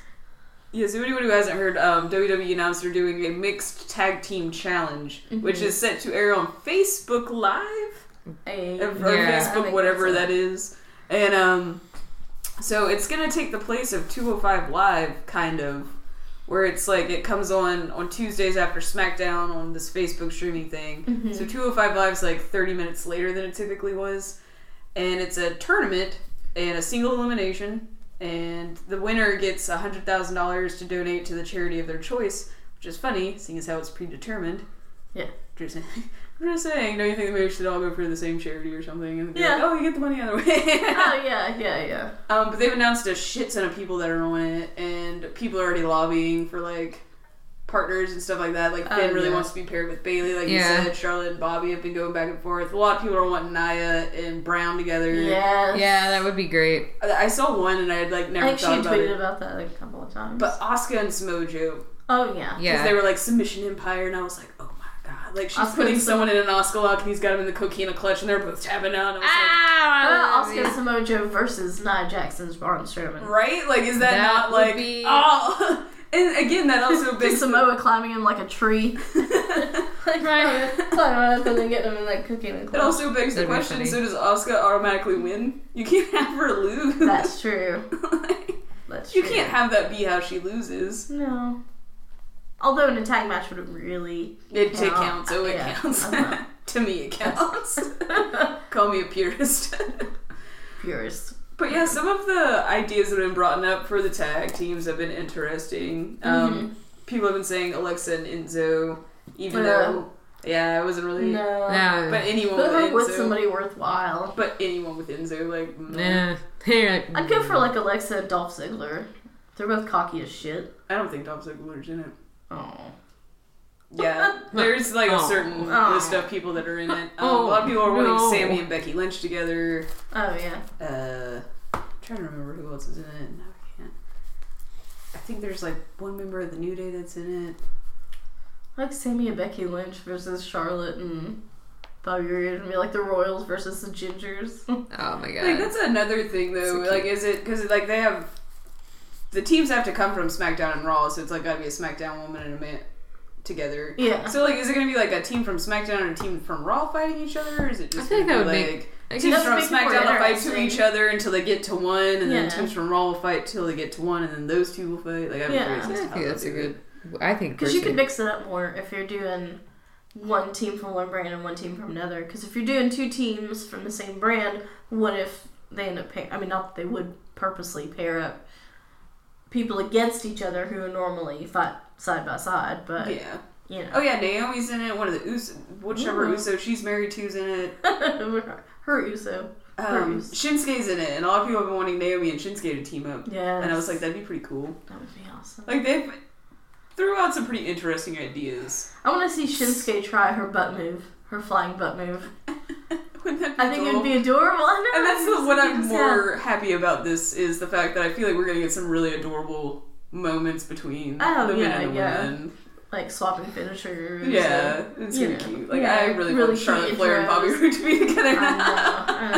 [SPEAKER 1] Yes, anybody who hasn't heard, um, WWE announced they're doing a mixed tag team challenge, which is set to air on Facebook Live.
[SPEAKER 3] Hey,
[SPEAKER 1] or
[SPEAKER 2] Yeah.
[SPEAKER 1] Facebook, whatever that is. And um, so it's gonna take the place of 205 Live, kind of, where it's like it comes on on Tuesdays after SmackDown on this Facebook streaming thing. So 205 Live's like 30 minutes later than it typically was, and it's a tournament and a single elimination. And the winner gets $100,000 to donate to the charity of their choice, which is funny, seeing as how it's predetermined.
[SPEAKER 3] Yeah.
[SPEAKER 1] Just saying. I'm just saying, don't you think that maybe we should all go for the same charity or something? And be
[SPEAKER 3] Yeah.
[SPEAKER 1] like, oh, you get the money either way.
[SPEAKER 3] Oh yeah, yeah, yeah.
[SPEAKER 1] um, but they've announced a shit ton of people that are on it, and people are already lobbying for like partners and stuff like that. Like Finn
[SPEAKER 3] Oh,
[SPEAKER 1] really
[SPEAKER 3] yeah.
[SPEAKER 1] wants to be paired with Bailey, like
[SPEAKER 2] Yeah.
[SPEAKER 1] you said. Charlotte and Bobby have been going back and forth. A lot of people are wanting Naya and Brown together.
[SPEAKER 3] Yes.
[SPEAKER 2] Yeah, that would be great.
[SPEAKER 1] I I saw one and I had like
[SPEAKER 3] I
[SPEAKER 1] never
[SPEAKER 3] think she
[SPEAKER 1] thought about
[SPEAKER 3] tweeted
[SPEAKER 1] it.
[SPEAKER 3] about that a couple of times.
[SPEAKER 1] But Asuka and Samoa Joe,
[SPEAKER 3] oh yeah.
[SPEAKER 1] because they
[SPEAKER 2] Yeah.
[SPEAKER 1] were like Submission Empire, and I was like, oh my god, like she's
[SPEAKER 3] Asuka and
[SPEAKER 1] putting
[SPEAKER 3] Samo-
[SPEAKER 1] someone in an Oscar lock, and he's got him in the coquina clutch, and they're both tapping out. And I was like, Uh,
[SPEAKER 2] Ah,
[SPEAKER 3] Oscar Uh, Samoa Joe versus Nia Jackson's Braun Strowman.
[SPEAKER 1] Right? Like, is that,
[SPEAKER 2] That
[SPEAKER 1] not
[SPEAKER 2] would
[SPEAKER 1] like
[SPEAKER 2] be-
[SPEAKER 1] oh? And again, that also
[SPEAKER 3] Big
[SPEAKER 1] begs
[SPEAKER 3] Samoa climbing in like a tree. like
[SPEAKER 2] Right.
[SPEAKER 3] climbing up and then getting him in like cooking and
[SPEAKER 1] It also begs the
[SPEAKER 2] That'd be
[SPEAKER 1] question:
[SPEAKER 2] funny.
[SPEAKER 1] So does Oscar automatically win? You can't have her lose.
[SPEAKER 3] That's true.
[SPEAKER 1] Like,
[SPEAKER 3] That's
[SPEAKER 1] you
[SPEAKER 3] true.
[SPEAKER 1] can't have that be how she loses.
[SPEAKER 3] No. Although an attack match would have really.
[SPEAKER 1] It, it
[SPEAKER 3] Yeah.
[SPEAKER 1] counts. Oh, it
[SPEAKER 3] Uh-huh. Yeah.
[SPEAKER 1] counts.
[SPEAKER 3] Uh-huh.
[SPEAKER 1] to me, it counts. Call me a purist.
[SPEAKER 3] Purist.
[SPEAKER 1] But yeah, some of the ideas that have been brought up for the tag teams have been interesting. Um, People have been saying Alexa and Enzo, even
[SPEAKER 3] Mm-hmm. Yeah.
[SPEAKER 1] though yeah, I wasn't really.
[SPEAKER 3] No.
[SPEAKER 2] No.
[SPEAKER 1] But anyone
[SPEAKER 3] But
[SPEAKER 1] with
[SPEAKER 3] like with
[SPEAKER 1] Enzo,
[SPEAKER 3] somebody worthwhile.
[SPEAKER 1] but anyone with Enzo, like mm.
[SPEAKER 2] Yeah.
[SPEAKER 3] I'd go for like Alexa and Dolph Ziggler. They're both cocky as shit.
[SPEAKER 1] I don't think Dolph Ziggler's in it.
[SPEAKER 3] Oh.
[SPEAKER 1] Yeah, there's like a
[SPEAKER 2] Oh.
[SPEAKER 1] certain
[SPEAKER 3] Oh.
[SPEAKER 1] list of people that are in it. Um,
[SPEAKER 2] Oh,
[SPEAKER 1] a lot of people are wanting
[SPEAKER 2] no.
[SPEAKER 1] Sammy and Becky Lynch together.
[SPEAKER 3] Oh yeah.
[SPEAKER 1] Uh, I'm trying to remember who else is in it. No, I can't. I think there's like one member of the New Day that's in it.
[SPEAKER 3] Like Sammy and Becky Lynch versus Charlotte and Bobby Roode and be like the Royals versus the Gingers.
[SPEAKER 2] Oh my
[SPEAKER 1] Like
[SPEAKER 2] god.
[SPEAKER 1] that's another thing though.
[SPEAKER 2] So
[SPEAKER 1] like, is it because like they have the teams have to come from SmackDown and Raw, so it's like gotta be a SmackDown woman and a man together.
[SPEAKER 3] yeah.
[SPEAKER 1] So like, is it gonna be like a team from SmackDown and a team from Raw fighting each other? Or is it just
[SPEAKER 2] I think
[SPEAKER 1] gonna
[SPEAKER 2] that
[SPEAKER 1] be,
[SPEAKER 2] would make-
[SPEAKER 1] like
[SPEAKER 2] I
[SPEAKER 1] teams
[SPEAKER 2] guess-
[SPEAKER 3] That's
[SPEAKER 1] from
[SPEAKER 3] making it
[SPEAKER 1] SmackDown
[SPEAKER 3] more
[SPEAKER 1] will fight to
[SPEAKER 3] interesting.
[SPEAKER 1] each other until they get to one, and then
[SPEAKER 3] Yeah.
[SPEAKER 1] teams from Raw will fight till they get to one, and then those two will fight. Like I'm
[SPEAKER 3] Yeah.
[SPEAKER 1] curious.
[SPEAKER 2] I
[SPEAKER 1] as to how
[SPEAKER 2] think that's a
[SPEAKER 1] they'll do
[SPEAKER 2] good. I think
[SPEAKER 3] Because you
[SPEAKER 2] personally-
[SPEAKER 3] could mix it up more if you're doing one team from one brand and one team from another. Because if you're doing two teams from the same brand, what if they end up pairing? I mean, not that they would purposely pair up people against each other who normally fight side by side, but
[SPEAKER 1] it. Yeah.
[SPEAKER 3] you know,
[SPEAKER 1] Oh yeah, Naomi's in it. One of the Uso, whichever
[SPEAKER 2] Mm-hmm.
[SPEAKER 3] Ooh.
[SPEAKER 1] Uso she's married to's in it.
[SPEAKER 3] her Uso.
[SPEAKER 1] Um,
[SPEAKER 3] Uso.
[SPEAKER 1] Shinsuke's in it, and a lot of people have been wanting Naomi and Shinsuke to team up.
[SPEAKER 3] Yeah,
[SPEAKER 1] And I was like, that'd be pretty cool.
[SPEAKER 3] that would be awesome.
[SPEAKER 1] Like they threw out some pretty interesting ideas.
[SPEAKER 3] I want to see Shinsuke try her butt move, her flying butt move.
[SPEAKER 1] Wouldn't that be
[SPEAKER 3] I think it
[SPEAKER 1] adorable?
[SPEAKER 3] would be adorable. I know,
[SPEAKER 1] And that's the, what I'm
[SPEAKER 3] Yeah.
[SPEAKER 1] more happy about this is the fact that I feel like we're gonna get some really adorable moments between
[SPEAKER 3] Oh,
[SPEAKER 1] the
[SPEAKER 3] yeah,
[SPEAKER 1] men and the
[SPEAKER 3] yeah.
[SPEAKER 1] women.
[SPEAKER 3] like swapping finishers.
[SPEAKER 1] Yeah, it's
[SPEAKER 3] you
[SPEAKER 1] gonna be
[SPEAKER 3] know,
[SPEAKER 1] cute. Like
[SPEAKER 3] yeah,
[SPEAKER 1] I really,
[SPEAKER 3] really
[SPEAKER 1] want Charlotte
[SPEAKER 3] cute
[SPEAKER 1] Flair and Bobby
[SPEAKER 3] intros.
[SPEAKER 1] Roode to be together
[SPEAKER 3] I know, I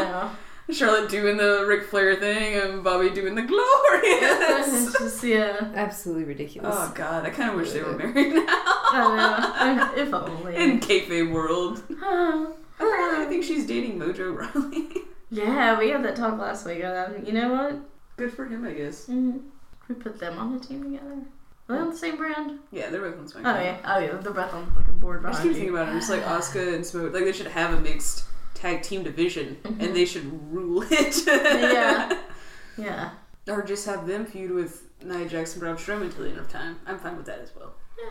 [SPEAKER 3] know.
[SPEAKER 1] Charlotte doing the Ric Flair thing and Bobby doing the glorious.
[SPEAKER 3] It's just, yeah.
[SPEAKER 2] absolutely ridiculous.
[SPEAKER 1] oh god, I kind of wish they were married now.
[SPEAKER 3] I know. If only.
[SPEAKER 1] In kayfabe world,
[SPEAKER 3] Huh.
[SPEAKER 1] apparently I think she's dating Mojo Rawley.
[SPEAKER 3] yeah, we had that talk last week. Um, you know what?
[SPEAKER 1] Good for him, I guess.
[SPEAKER 3] Mm, we put them on the team together. Are they on the same brand?
[SPEAKER 1] Yeah, they're both on SmackDown.
[SPEAKER 3] Oh yeah, oh yeah, the breath on the fucking board
[SPEAKER 1] I just keep
[SPEAKER 3] behind
[SPEAKER 1] thinking
[SPEAKER 3] you.
[SPEAKER 1] about it. I'm just like Oscar and Smoke. Like they should have a mixed tag team division, and they should rule it.
[SPEAKER 3] Mm-hmm. Yeah. Yeah,
[SPEAKER 1] Or just have them feud with Nia Jackson, Braun Strowman until the end of time. I'm fine with that as well.
[SPEAKER 3] Yeah.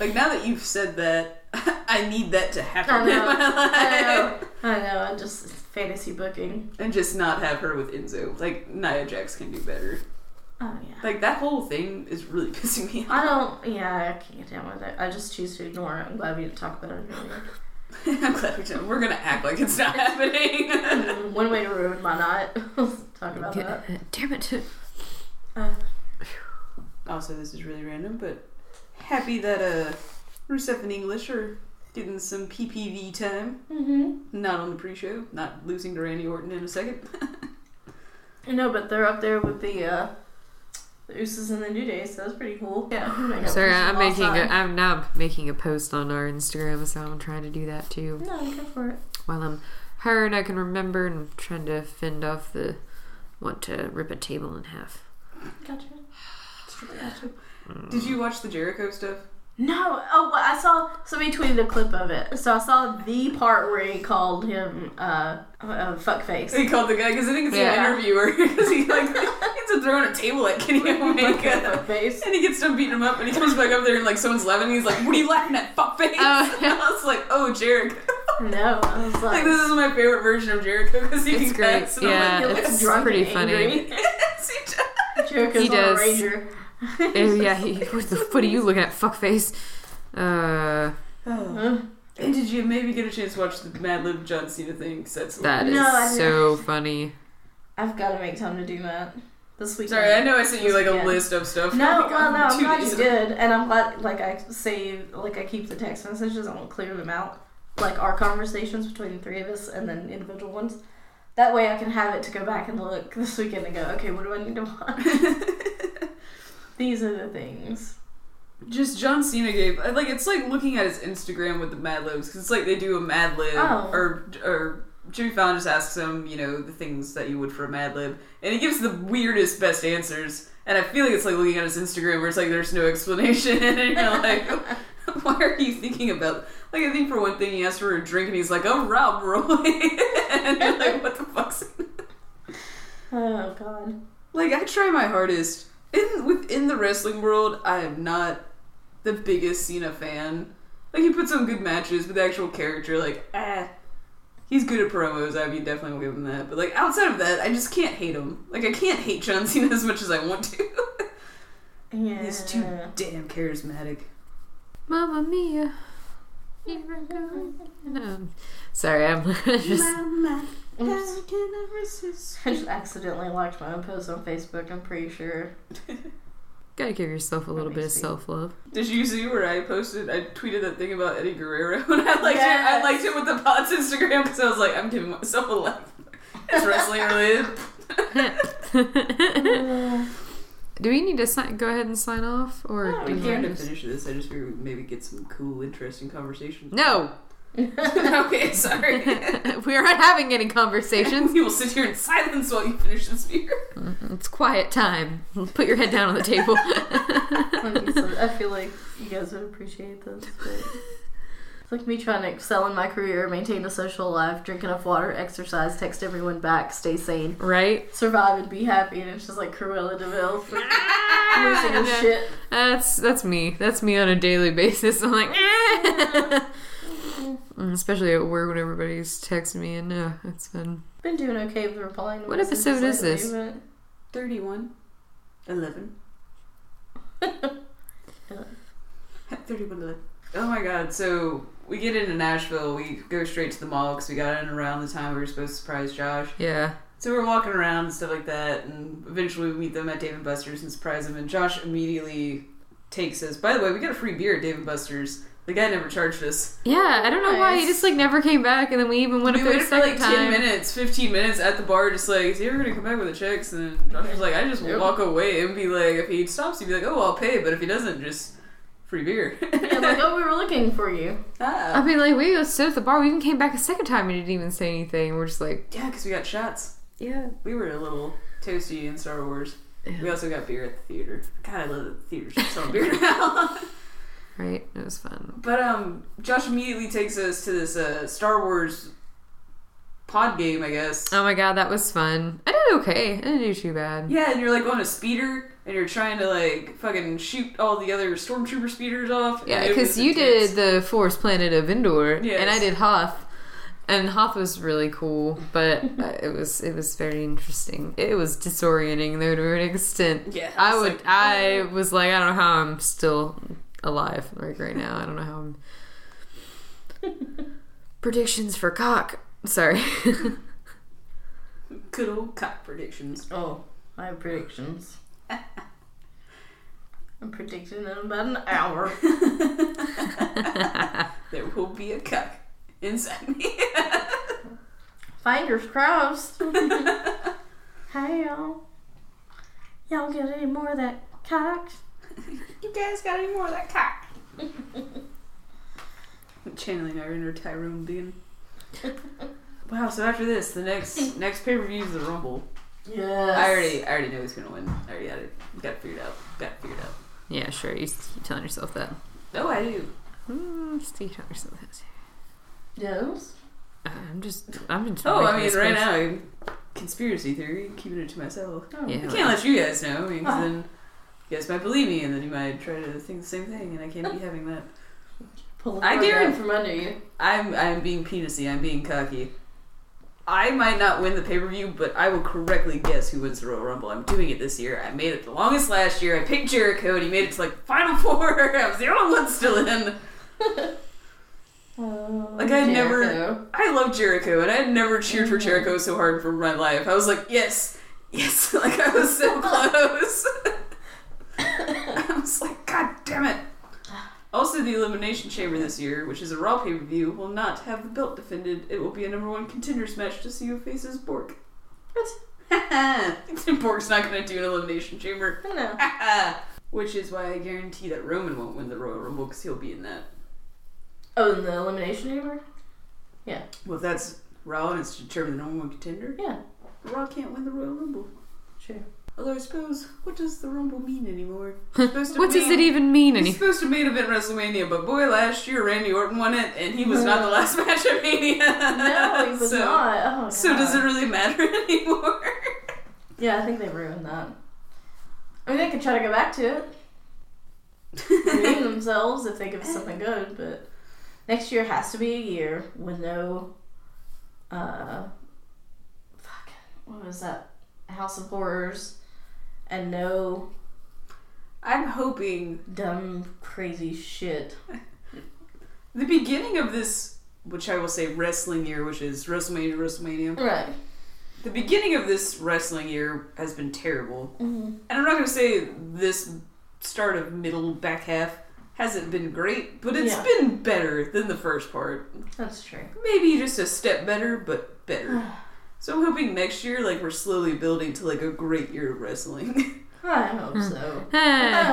[SPEAKER 1] Like now that you've said that, I need that to
[SPEAKER 3] I
[SPEAKER 1] happen in
[SPEAKER 3] know. I
[SPEAKER 1] my life,
[SPEAKER 3] know. I know. I just it's fantasy booking.
[SPEAKER 1] and just not have her with Enzo. Like Nia Jax can do better.
[SPEAKER 3] Oh yeah.
[SPEAKER 1] Like that whole thing is really pissing me off.
[SPEAKER 3] I don't. Yeah, I can't get down with it. I just choose to ignore it. I'm glad we didn't talk about it. earlier.
[SPEAKER 1] I'm glad we didn't. We're gonna act like it's not happening.
[SPEAKER 3] Mm, One way to ruin my night. talk about that.
[SPEAKER 2] Damn it.
[SPEAKER 3] Uh,
[SPEAKER 1] Also, this is really random, but happy that uh, Rusev and English are getting some PPV time.
[SPEAKER 3] mm-hmm.
[SPEAKER 1] Not on the pre-show, not losing to Randy Orton in a second.
[SPEAKER 3] No, but they're up there with the uh, the Usos and the New Day, so that's pretty cool.
[SPEAKER 1] Yeah.
[SPEAKER 2] Sorry, I'm making.
[SPEAKER 3] it.
[SPEAKER 2] A, I'm now making a post on our Instagram, so I'm trying to do that too.
[SPEAKER 3] No, go for it.
[SPEAKER 2] While I'm hiring, I can remember and trying to fend off the want to rip a table in half.
[SPEAKER 3] Gotcha.
[SPEAKER 1] Did you watch the Jericho stuff?
[SPEAKER 3] No, oh, well, I saw somebody tweeted a clip of it. So I saw the part where he called him uh, uh fuckface.
[SPEAKER 1] He called the guy because I think it's
[SPEAKER 2] Yeah.
[SPEAKER 1] an interviewer because he like ends up throwing a table at Kenny Omega.
[SPEAKER 3] Fuckface.
[SPEAKER 1] And he gets done beating him up, and he comes back up there, and like someone's laughing. He's like, "What are you laughing at, fuckface?"
[SPEAKER 2] Oh, yeah.
[SPEAKER 1] And I was like, "Oh, Jericho!"
[SPEAKER 3] No, I was
[SPEAKER 1] like
[SPEAKER 3] like,
[SPEAKER 1] this is my favorite version of Jericho because he
[SPEAKER 2] It's
[SPEAKER 1] can
[SPEAKER 2] great,
[SPEAKER 1] cuss,
[SPEAKER 2] yeah,
[SPEAKER 1] And I'm like,
[SPEAKER 2] it's
[SPEAKER 3] drunk
[SPEAKER 2] pretty
[SPEAKER 3] and
[SPEAKER 2] funny.
[SPEAKER 3] angry.
[SPEAKER 1] yes, he does.
[SPEAKER 3] Jericho's
[SPEAKER 2] He
[SPEAKER 3] on a
[SPEAKER 2] does.
[SPEAKER 3] Ranger.
[SPEAKER 2] Oh, yeah, he, what, the, what are you looking at, fuckface? Uh,
[SPEAKER 1] Oh.
[SPEAKER 3] Huh?
[SPEAKER 1] And did you maybe get a chance to watch the Mad Lib John Cena thing? 'Cause that's
[SPEAKER 2] that is
[SPEAKER 3] No, I didn't.
[SPEAKER 2] so funny.
[SPEAKER 3] I've got to make time to do that this weekend.
[SPEAKER 1] sorry. I know I sent you like a
[SPEAKER 3] Yeah.
[SPEAKER 1] list of stuff.
[SPEAKER 3] No,
[SPEAKER 1] Like,
[SPEAKER 3] well,
[SPEAKER 1] um,
[SPEAKER 3] no, I'm
[SPEAKER 1] two
[SPEAKER 3] glad
[SPEAKER 1] days
[SPEAKER 3] you
[SPEAKER 1] ago.
[SPEAKER 3] did, and I'm glad like I save, like I keep the text messages. I won't clear them out, like our conversations between the three of us, and then individual ones. That way, I can have it to go back and look this weekend and go, okay, what do I need to watch? These are the things.
[SPEAKER 1] Just John Cena gave I- like it's like looking at his Instagram with the Mad Libs because it's like they do a Mad Lib
[SPEAKER 3] Oh.
[SPEAKER 1] or or Jimmy Fallon just asks him you know the things that you would for a Mad Lib and he gives the weirdest best answers and I feel like it's like looking at his Instagram where it's like there's no explanation and you're like why are you thinking about like I think for one thing he asked for a drink and he's like oh Rob Roy and you're like what the fuck's
[SPEAKER 3] Oh God.
[SPEAKER 1] like I try my hardest in within the wrestling world. I am not the biggest Cena fan. Like he put some good matches, but the actual character, like ah, he's good at promos. I mean, definitely will give him that. But like outside of that, I just can't hate him. Like I can't hate John Cena as much as I want to.
[SPEAKER 3] Yeah.
[SPEAKER 1] he's too damn charismatic.
[SPEAKER 2] Mamma mia. Here I go. Um, sorry, I'm just.
[SPEAKER 3] Oops. I just accidentally liked my own post on Facebook. I'm pretty sure.
[SPEAKER 2] Gotta give yourself a little bit of
[SPEAKER 3] makes me-
[SPEAKER 2] self love.
[SPEAKER 1] Did you see where I posted? I tweeted that thing about Eddie Guerrero, and I liked it. I
[SPEAKER 3] Yes.
[SPEAKER 1] liked it with the pods Instagram because I was like, I'm giving myself a laugh. It's wrestling related.
[SPEAKER 2] Do we need to sign, go ahead and sign off, or
[SPEAKER 3] No,
[SPEAKER 2] do
[SPEAKER 1] We
[SPEAKER 2] you
[SPEAKER 1] can
[SPEAKER 2] want
[SPEAKER 1] to
[SPEAKER 2] to-
[SPEAKER 1] finish this. I just figured we'd maybe get some cool, interesting conversation.
[SPEAKER 2] No,
[SPEAKER 1] okay, sorry.
[SPEAKER 2] we aren't having any conversations.
[SPEAKER 1] you will sit here in silence while you finish this beer.
[SPEAKER 2] It's quiet time. Put your head down on the table.
[SPEAKER 3] Like, so I feel like you guys would appreciate this. But it's like me trying to excel in my career, maintain a social life, drink enough water, exercise, text everyone back, stay sane,
[SPEAKER 2] right?
[SPEAKER 3] survive and be happy. And it's just like Cruella Deville
[SPEAKER 2] Ah,
[SPEAKER 3] losing her shit.
[SPEAKER 2] That's that's me. That's me on a daily basis. I'm like, eh. Mm, especially at work when everybody's texting me, and uh, it's been
[SPEAKER 3] Been doing okay with replying. to
[SPEAKER 2] What
[SPEAKER 3] messages
[SPEAKER 2] episode is
[SPEAKER 3] lately,
[SPEAKER 2] this?
[SPEAKER 3] but-
[SPEAKER 1] 31. 11. 31 11. Oh my god, so we get into Nashville. We go straight to the mall because we got in around the time we were supposed to surprise Josh.
[SPEAKER 2] yeah.
[SPEAKER 1] So we're walking around and stuff like that, and eventually we meet them at Dave and Buster's and surprise them. And Josh immediately takes us. By the way, we got a free beer at Dave and Buster's. The guy never charged us.
[SPEAKER 2] Yeah, I don't know why he
[SPEAKER 3] Nice.
[SPEAKER 2] just like never came back, and then we even went
[SPEAKER 1] we
[SPEAKER 2] up there a
[SPEAKER 1] waited for
[SPEAKER 2] second
[SPEAKER 1] like ten
[SPEAKER 2] time.
[SPEAKER 1] minutes, fifteen minutes at the bar, just like, "Is he ever gonna come back with the checks?" And then Josh was like, "I just
[SPEAKER 3] Nope.
[SPEAKER 1] walk away and be like, if he stops, he'd be like, oh, I'll pay, but if he doesn't, just free beer."
[SPEAKER 3] Yeah, like oh, we were looking for you.
[SPEAKER 1] ah.
[SPEAKER 2] I mean, like we stood at the bar. We even came back a second time and didn't even say anything. We're just like,
[SPEAKER 1] Yeah, because we got shots.
[SPEAKER 2] yeah,
[SPEAKER 1] We were a little toasty in Star Wars. We also got beer at the theater. God, I love that the theater's just selling beer now.
[SPEAKER 2] right. It was fun.
[SPEAKER 1] But um, Josh immediately takes us to this uh, Star Wars pod game, I guess.
[SPEAKER 2] Oh my god, that was fun. I did okay. I didn't do too bad.
[SPEAKER 1] Yeah, and you're like on a speeder, and you're trying to like fucking shoot all the other stormtrooper speeders off.
[SPEAKER 2] Yeah,
[SPEAKER 1] And it
[SPEAKER 2] because
[SPEAKER 1] was
[SPEAKER 2] you
[SPEAKER 1] intense.
[SPEAKER 2] did the Forest Planet of Endor, and I
[SPEAKER 1] Yes.
[SPEAKER 2] did Hoth, and Hoth was really cool, but uh, it was it was very interesting. It was disorienting though to an extent.
[SPEAKER 1] Yeah,
[SPEAKER 2] I
[SPEAKER 1] it's
[SPEAKER 2] would.
[SPEAKER 1] like- "Oh."
[SPEAKER 2] I was like, I don't know how I'm still alive like right now. I don't know how I'm. Predictions for cock. Sorry.
[SPEAKER 1] good old cock predictions.
[SPEAKER 3] Oh, I have predictions. I'm predicting in about an hour.
[SPEAKER 1] There will be a cock inside me.
[SPEAKER 3] Fingers crossed. hey y'all. Y'all get any more of that cock?
[SPEAKER 5] You guys got any more of that cock? Channeling our inner Tyrone Bean.
[SPEAKER 1] Wow. So after this, the next next pay per view is the Rumble.
[SPEAKER 3] Yes.
[SPEAKER 1] I already I already know who's gonna win. I already got it. Got it figured out. Got it figured out.
[SPEAKER 2] Yeah, sure. You, you telling yourself that.
[SPEAKER 1] Oh, I do.
[SPEAKER 2] Mm, just you telling yourself that.
[SPEAKER 3] Yes.
[SPEAKER 2] I'm just. I'm just.
[SPEAKER 1] Oh, I
[SPEAKER 2] making
[SPEAKER 1] mean,
[SPEAKER 2] this
[SPEAKER 1] right
[SPEAKER 2] post-
[SPEAKER 1] now, conspiracy theory, keeping it to myself.
[SPEAKER 3] Oh.
[SPEAKER 2] Yeah.
[SPEAKER 1] I can't let you guys know, I mean, 'cause then you guys might believe me, and then you might try to think the same thing, and I can't be having that.
[SPEAKER 3] Pull the
[SPEAKER 1] I
[SPEAKER 3] rug out
[SPEAKER 1] guarantee-
[SPEAKER 3] from under you.
[SPEAKER 1] I'm I'm being penisy. I'm being cocky. I might not win the pay per view, but I will correctly guess who wins the Royal Rumble. I'm doing it this year. I made it the longest last year. I picked Jericho, and he made it to like final four. I was the only one still in.
[SPEAKER 3] Oh,
[SPEAKER 1] Like, I never-
[SPEAKER 3] Jericho.
[SPEAKER 1] I love Jericho, and I had never cheered for Jericho so hard for my life. I was like, yes, yes, like I was so close. I was like, God damn it. Also, the Elimination Chamber this year, which is a Raw pay per view, will not have the belt defended. It will be a number one contenders match to see who faces Bork. Bork's not going to do an Elimination Chamber.
[SPEAKER 3] I know.
[SPEAKER 1] which is why I guarantee that Roman won't win the Royal Rumble because he'll be in that.
[SPEAKER 3] Oh, in the elimination chamber.
[SPEAKER 1] Well, if that's Raw and it's determined the number one contender,
[SPEAKER 3] Yeah.
[SPEAKER 1] Raw can't win the Royal Rumble.
[SPEAKER 3] Sure.
[SPEAKER 1] Although I suppose, what does the Rumble mean anymore? It's supposed to
[SPEAKER 2] What does
[SPEAKER 1] mean-
[SPEAKER 2] it even mean?
[SPEAKER 1] It's
[SPEAKER 2] Any?
[SPEAKER 1] supposed to main event WrestleMania, but boy, last year Randy Orton won it, and he was not the last match at Mania.
[SPEAKER 3] No, he was
[SPEAKER 1] so,
[SPEAKER 3] not. Oh, God.
[SPEAKER 1] So does it really matter anymore?
[SPEAKER 3] Yeah, I think they ruined that. I mean, they could try to go back to it, redeem themselves if they give us something good, but next year has to be a year with no, uh, fuck, what was that? House of Horrors, and no
[SPEAKER 1] I'm hoping
[SPEAKER 3] dumb, crazy shit.
[SPEAKER 1] the beginning of this, which I will say wrestling year, which is WrestleMania, WrestleMania.
[SPEAKER 3] Right.
[SPEAKER 1] The beginning of this wrestling year has been terrible,
[SPEAKER 3] Mm-hmm.
[SPEAKER 1] and I'm not going to say this start of middle back half hasn't been great, but it's
[SPEAKER 3] Yeah.
[SPEAKER 1] been better than the first part.
[SPEAKER 3] That's true.
[SPEAKER 1] maybe just a step better, but better. so I'm hoping next year, like we're slowly building to like a great year of wrestling,
[SPEAKER 3] I hope so.
[SPEAKER 2] Huh.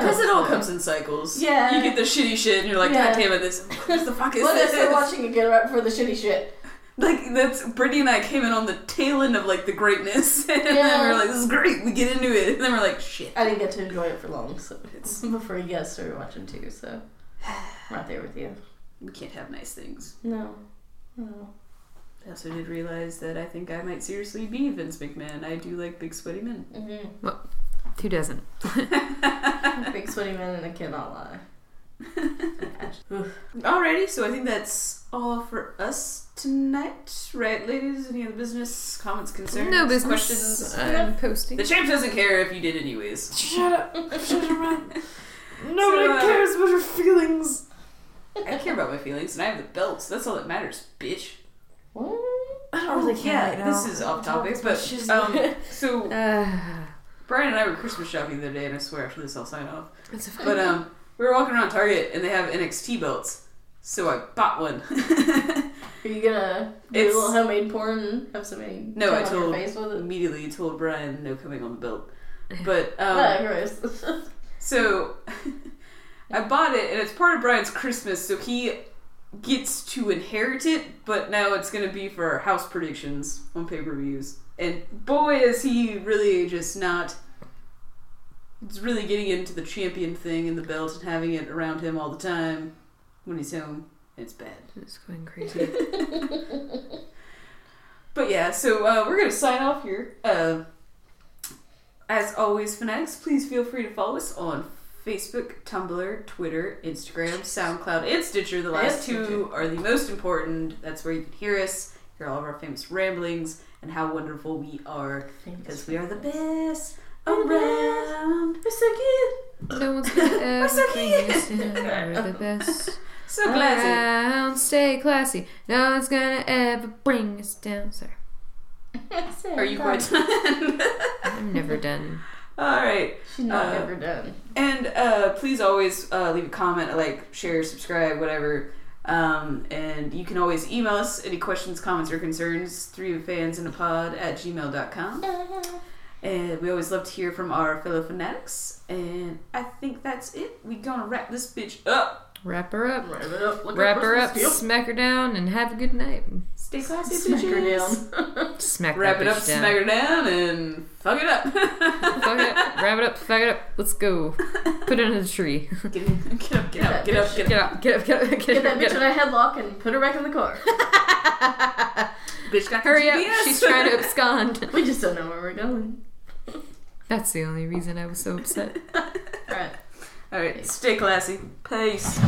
[SPEAKER 1] because it all comes in cycles.
[SPEAKER 3] Yeah.
[SPEAKER 1] you get the shitty shit, and you're like,
[SPEAKER 3] Yeah.
[SPEAKER 1] God damn it, this what the fuck is
[SPEAKER 3] Well,
[SPEAKER 1] this?
[SPEAKER 3] that's they're watching again right before the shitty shit.
[SPEAKER 1] Like that's Brittany and I came in on the tail end of like the greatness, and then we
[SPEAKER 3] Yeah.
[SPEAKER 1] we're like, this is great. We get into it, and then we're like, shit.
[SPEAKER 3] I didn't get to enjoy it for long, so it's before you guys started watching too, so I'm right there with you.
[SPEAKER 1] We can't have nice things.
[SPEAKER 3] No. No.
[SPEAKER 1] I also did realize that I think I might seriously be Vince McMahon. I do like big sweaty men.
[SPEAKER 3] Mm-hmm.
[SPEAKER 2] Who doesn't?
[SPEAKER 3] Big sweaty man and I cannot lie.
[SPEAKER 1] Alrighty, so I think that's all for us tonight, right, ladies? Any other business, comments, concerns,
[SPEAKER 2] No
[SPEAKER 1] questions?
[SPEAKER 2] business.
[SPEAKER 1] um,
[SPEAKER 2] I'm posting.
[SPEAKER 1] The champ doesn't care if you did, anyways.
[SPEAKER 4] Shut up. Shut up. man.
[SPEAKER 1] So, uh,
[SPEAKER 4] Nobody cares about your feelings.
[SPEAKER 1] I care about my feelings, and I have the belts. That's all that matters, bitch.
[SPEAKER 3] What?
[SPEAKER 4] I don't really care. right
[SPEAKER 1] yeah,
[SPEAKER 4] now.
[SPEAKER 1] this is off topic, but
[SPEAKER 4] She's-
[SPEAKER 1] um, so
[SPEAKER 2] Uh,
[SPEAKER 1] Brian and I were Christmas shopping the other day, and I swear after this I'll sign off.
[SPEAKER 2] it's a fun.
[SPEAKER 1] But um, we were walking around Target, and they have NXT belts, so I bought one.
[SPEAKER 3] Are you gonna do
[SPEAKER 1] It's-
[SPEAKER 3] a little homemade porn and have somebody
[SPEAKER 1] No,
[SPEAKER 3] come
[SPEAKER 1] I
[SPEAKER 3] on
[SPEAKER 1] told-
[SPEAKER 3] your face with it?
[SPEAKER 1] Immediately told Brian no coming on the belt, but um,
[SPEAKER 3] Ah, gross.
[SPEAKER 1] So I bought it, and it's part of Brian's Christmas, so he gets to inherit it, but now it's going to be for our house predictions on pay per views. And boy, is he really just not. It's really getting into the champion thing and the belt and having it around him all the time when he's home. It's bad.
[SPEAKER 2] It's going crazy.
[SPEAKER 1] But yeah, so uh, we're going to sign off here. Uh, as always, fanatics, please feel free to follow us on Facebook, Tumblr, Twitter, Instagram, SoundCloud, and Stitcher. The last
[SPEAKER 3] And Stitcher.
[SPEAKER 1] two are the most important. That's where you can hear us, hear all of our famous ramblings, and how wonderful we are because we are the best around. We're so cute.
[SPEAKER 2] no one's gonna ever
[SPEAKER 1] so
[SPEAKER 2] bring
[SPEAKER 1] cute.
[SPEAKER 2] us in. We're the best.
[SPEAKER 1] So classy.
[SPEAKER 2] Around, stay classy. No one's gonna ever bring us down. Sorry,
[SPEAKER 1] Are you quite done?
[SPEAKER 2] I'm never done.
[SPEAKER 1] all right.
[SPEAKER 3] She's not
[SPEAKER 1] Uh,
[SPEAKER 3] ever done.
[SPEAKER 1] And uh, please always uh, leave a comment, like, share, subscribe, whatever. Um, and you can always email us any questions, comments, or concerns, three fans in a pod at gmail.com. Uh, we always love to hear from our fellow fanatics, and I think that's it. We gonna wrap this bitch up.
[SPEAKER 2] Wrap her up.
[SPEAKER 1] Wrap it up. Look
[SPEAKER 2] Wrap her up, smack her down, and have a good night.
[SPEAKER 1] Stay classy,
[SPEAKER 3] Smack her
[SPEAKER 1] bitches.
[SPEAKER 2] Smack
[SPEAKER 1] Wrap
[SPEAKER 2] that
[SPEAKER 1] it up,
[SPEAKER 2] bitch down.
[SPEAKER 1] smack her down, and fuck it up.
[SPEAKER 2] Fuck it up. Wrap it up. Fuck it up. Let's go. Put it in the tree.
[SPEAKER 1] get, in- get up, get up,
[SPEAKER 3] that
[SPEAKER 1] get up,
[SPEAKER 2] Get
[SPEAKER 1] get up.
[SPEAKER 2] up. Get up. Get up. Get up.
[SPEAKER 3] Get that bitch
[SPEAKER 2] get
[SPEAKER 3] in
[SPEAKER 2] up.
[SPEAKER 3] a headlock and put her back in the car.
[SPEAKER 1] Bitch got the
[SPEAKER 2] Hurry
[SPEAKER 1] GPS.
[SPEAKER 2] up. She's trying to abscond.
[SPEAKER 3] we just don't know where we're going.
[SPEAKER 2] That's the only reason I was so upset.
[SPEAKER 3] All right.
[SPEAKER 1] All right, stay classy. Peace.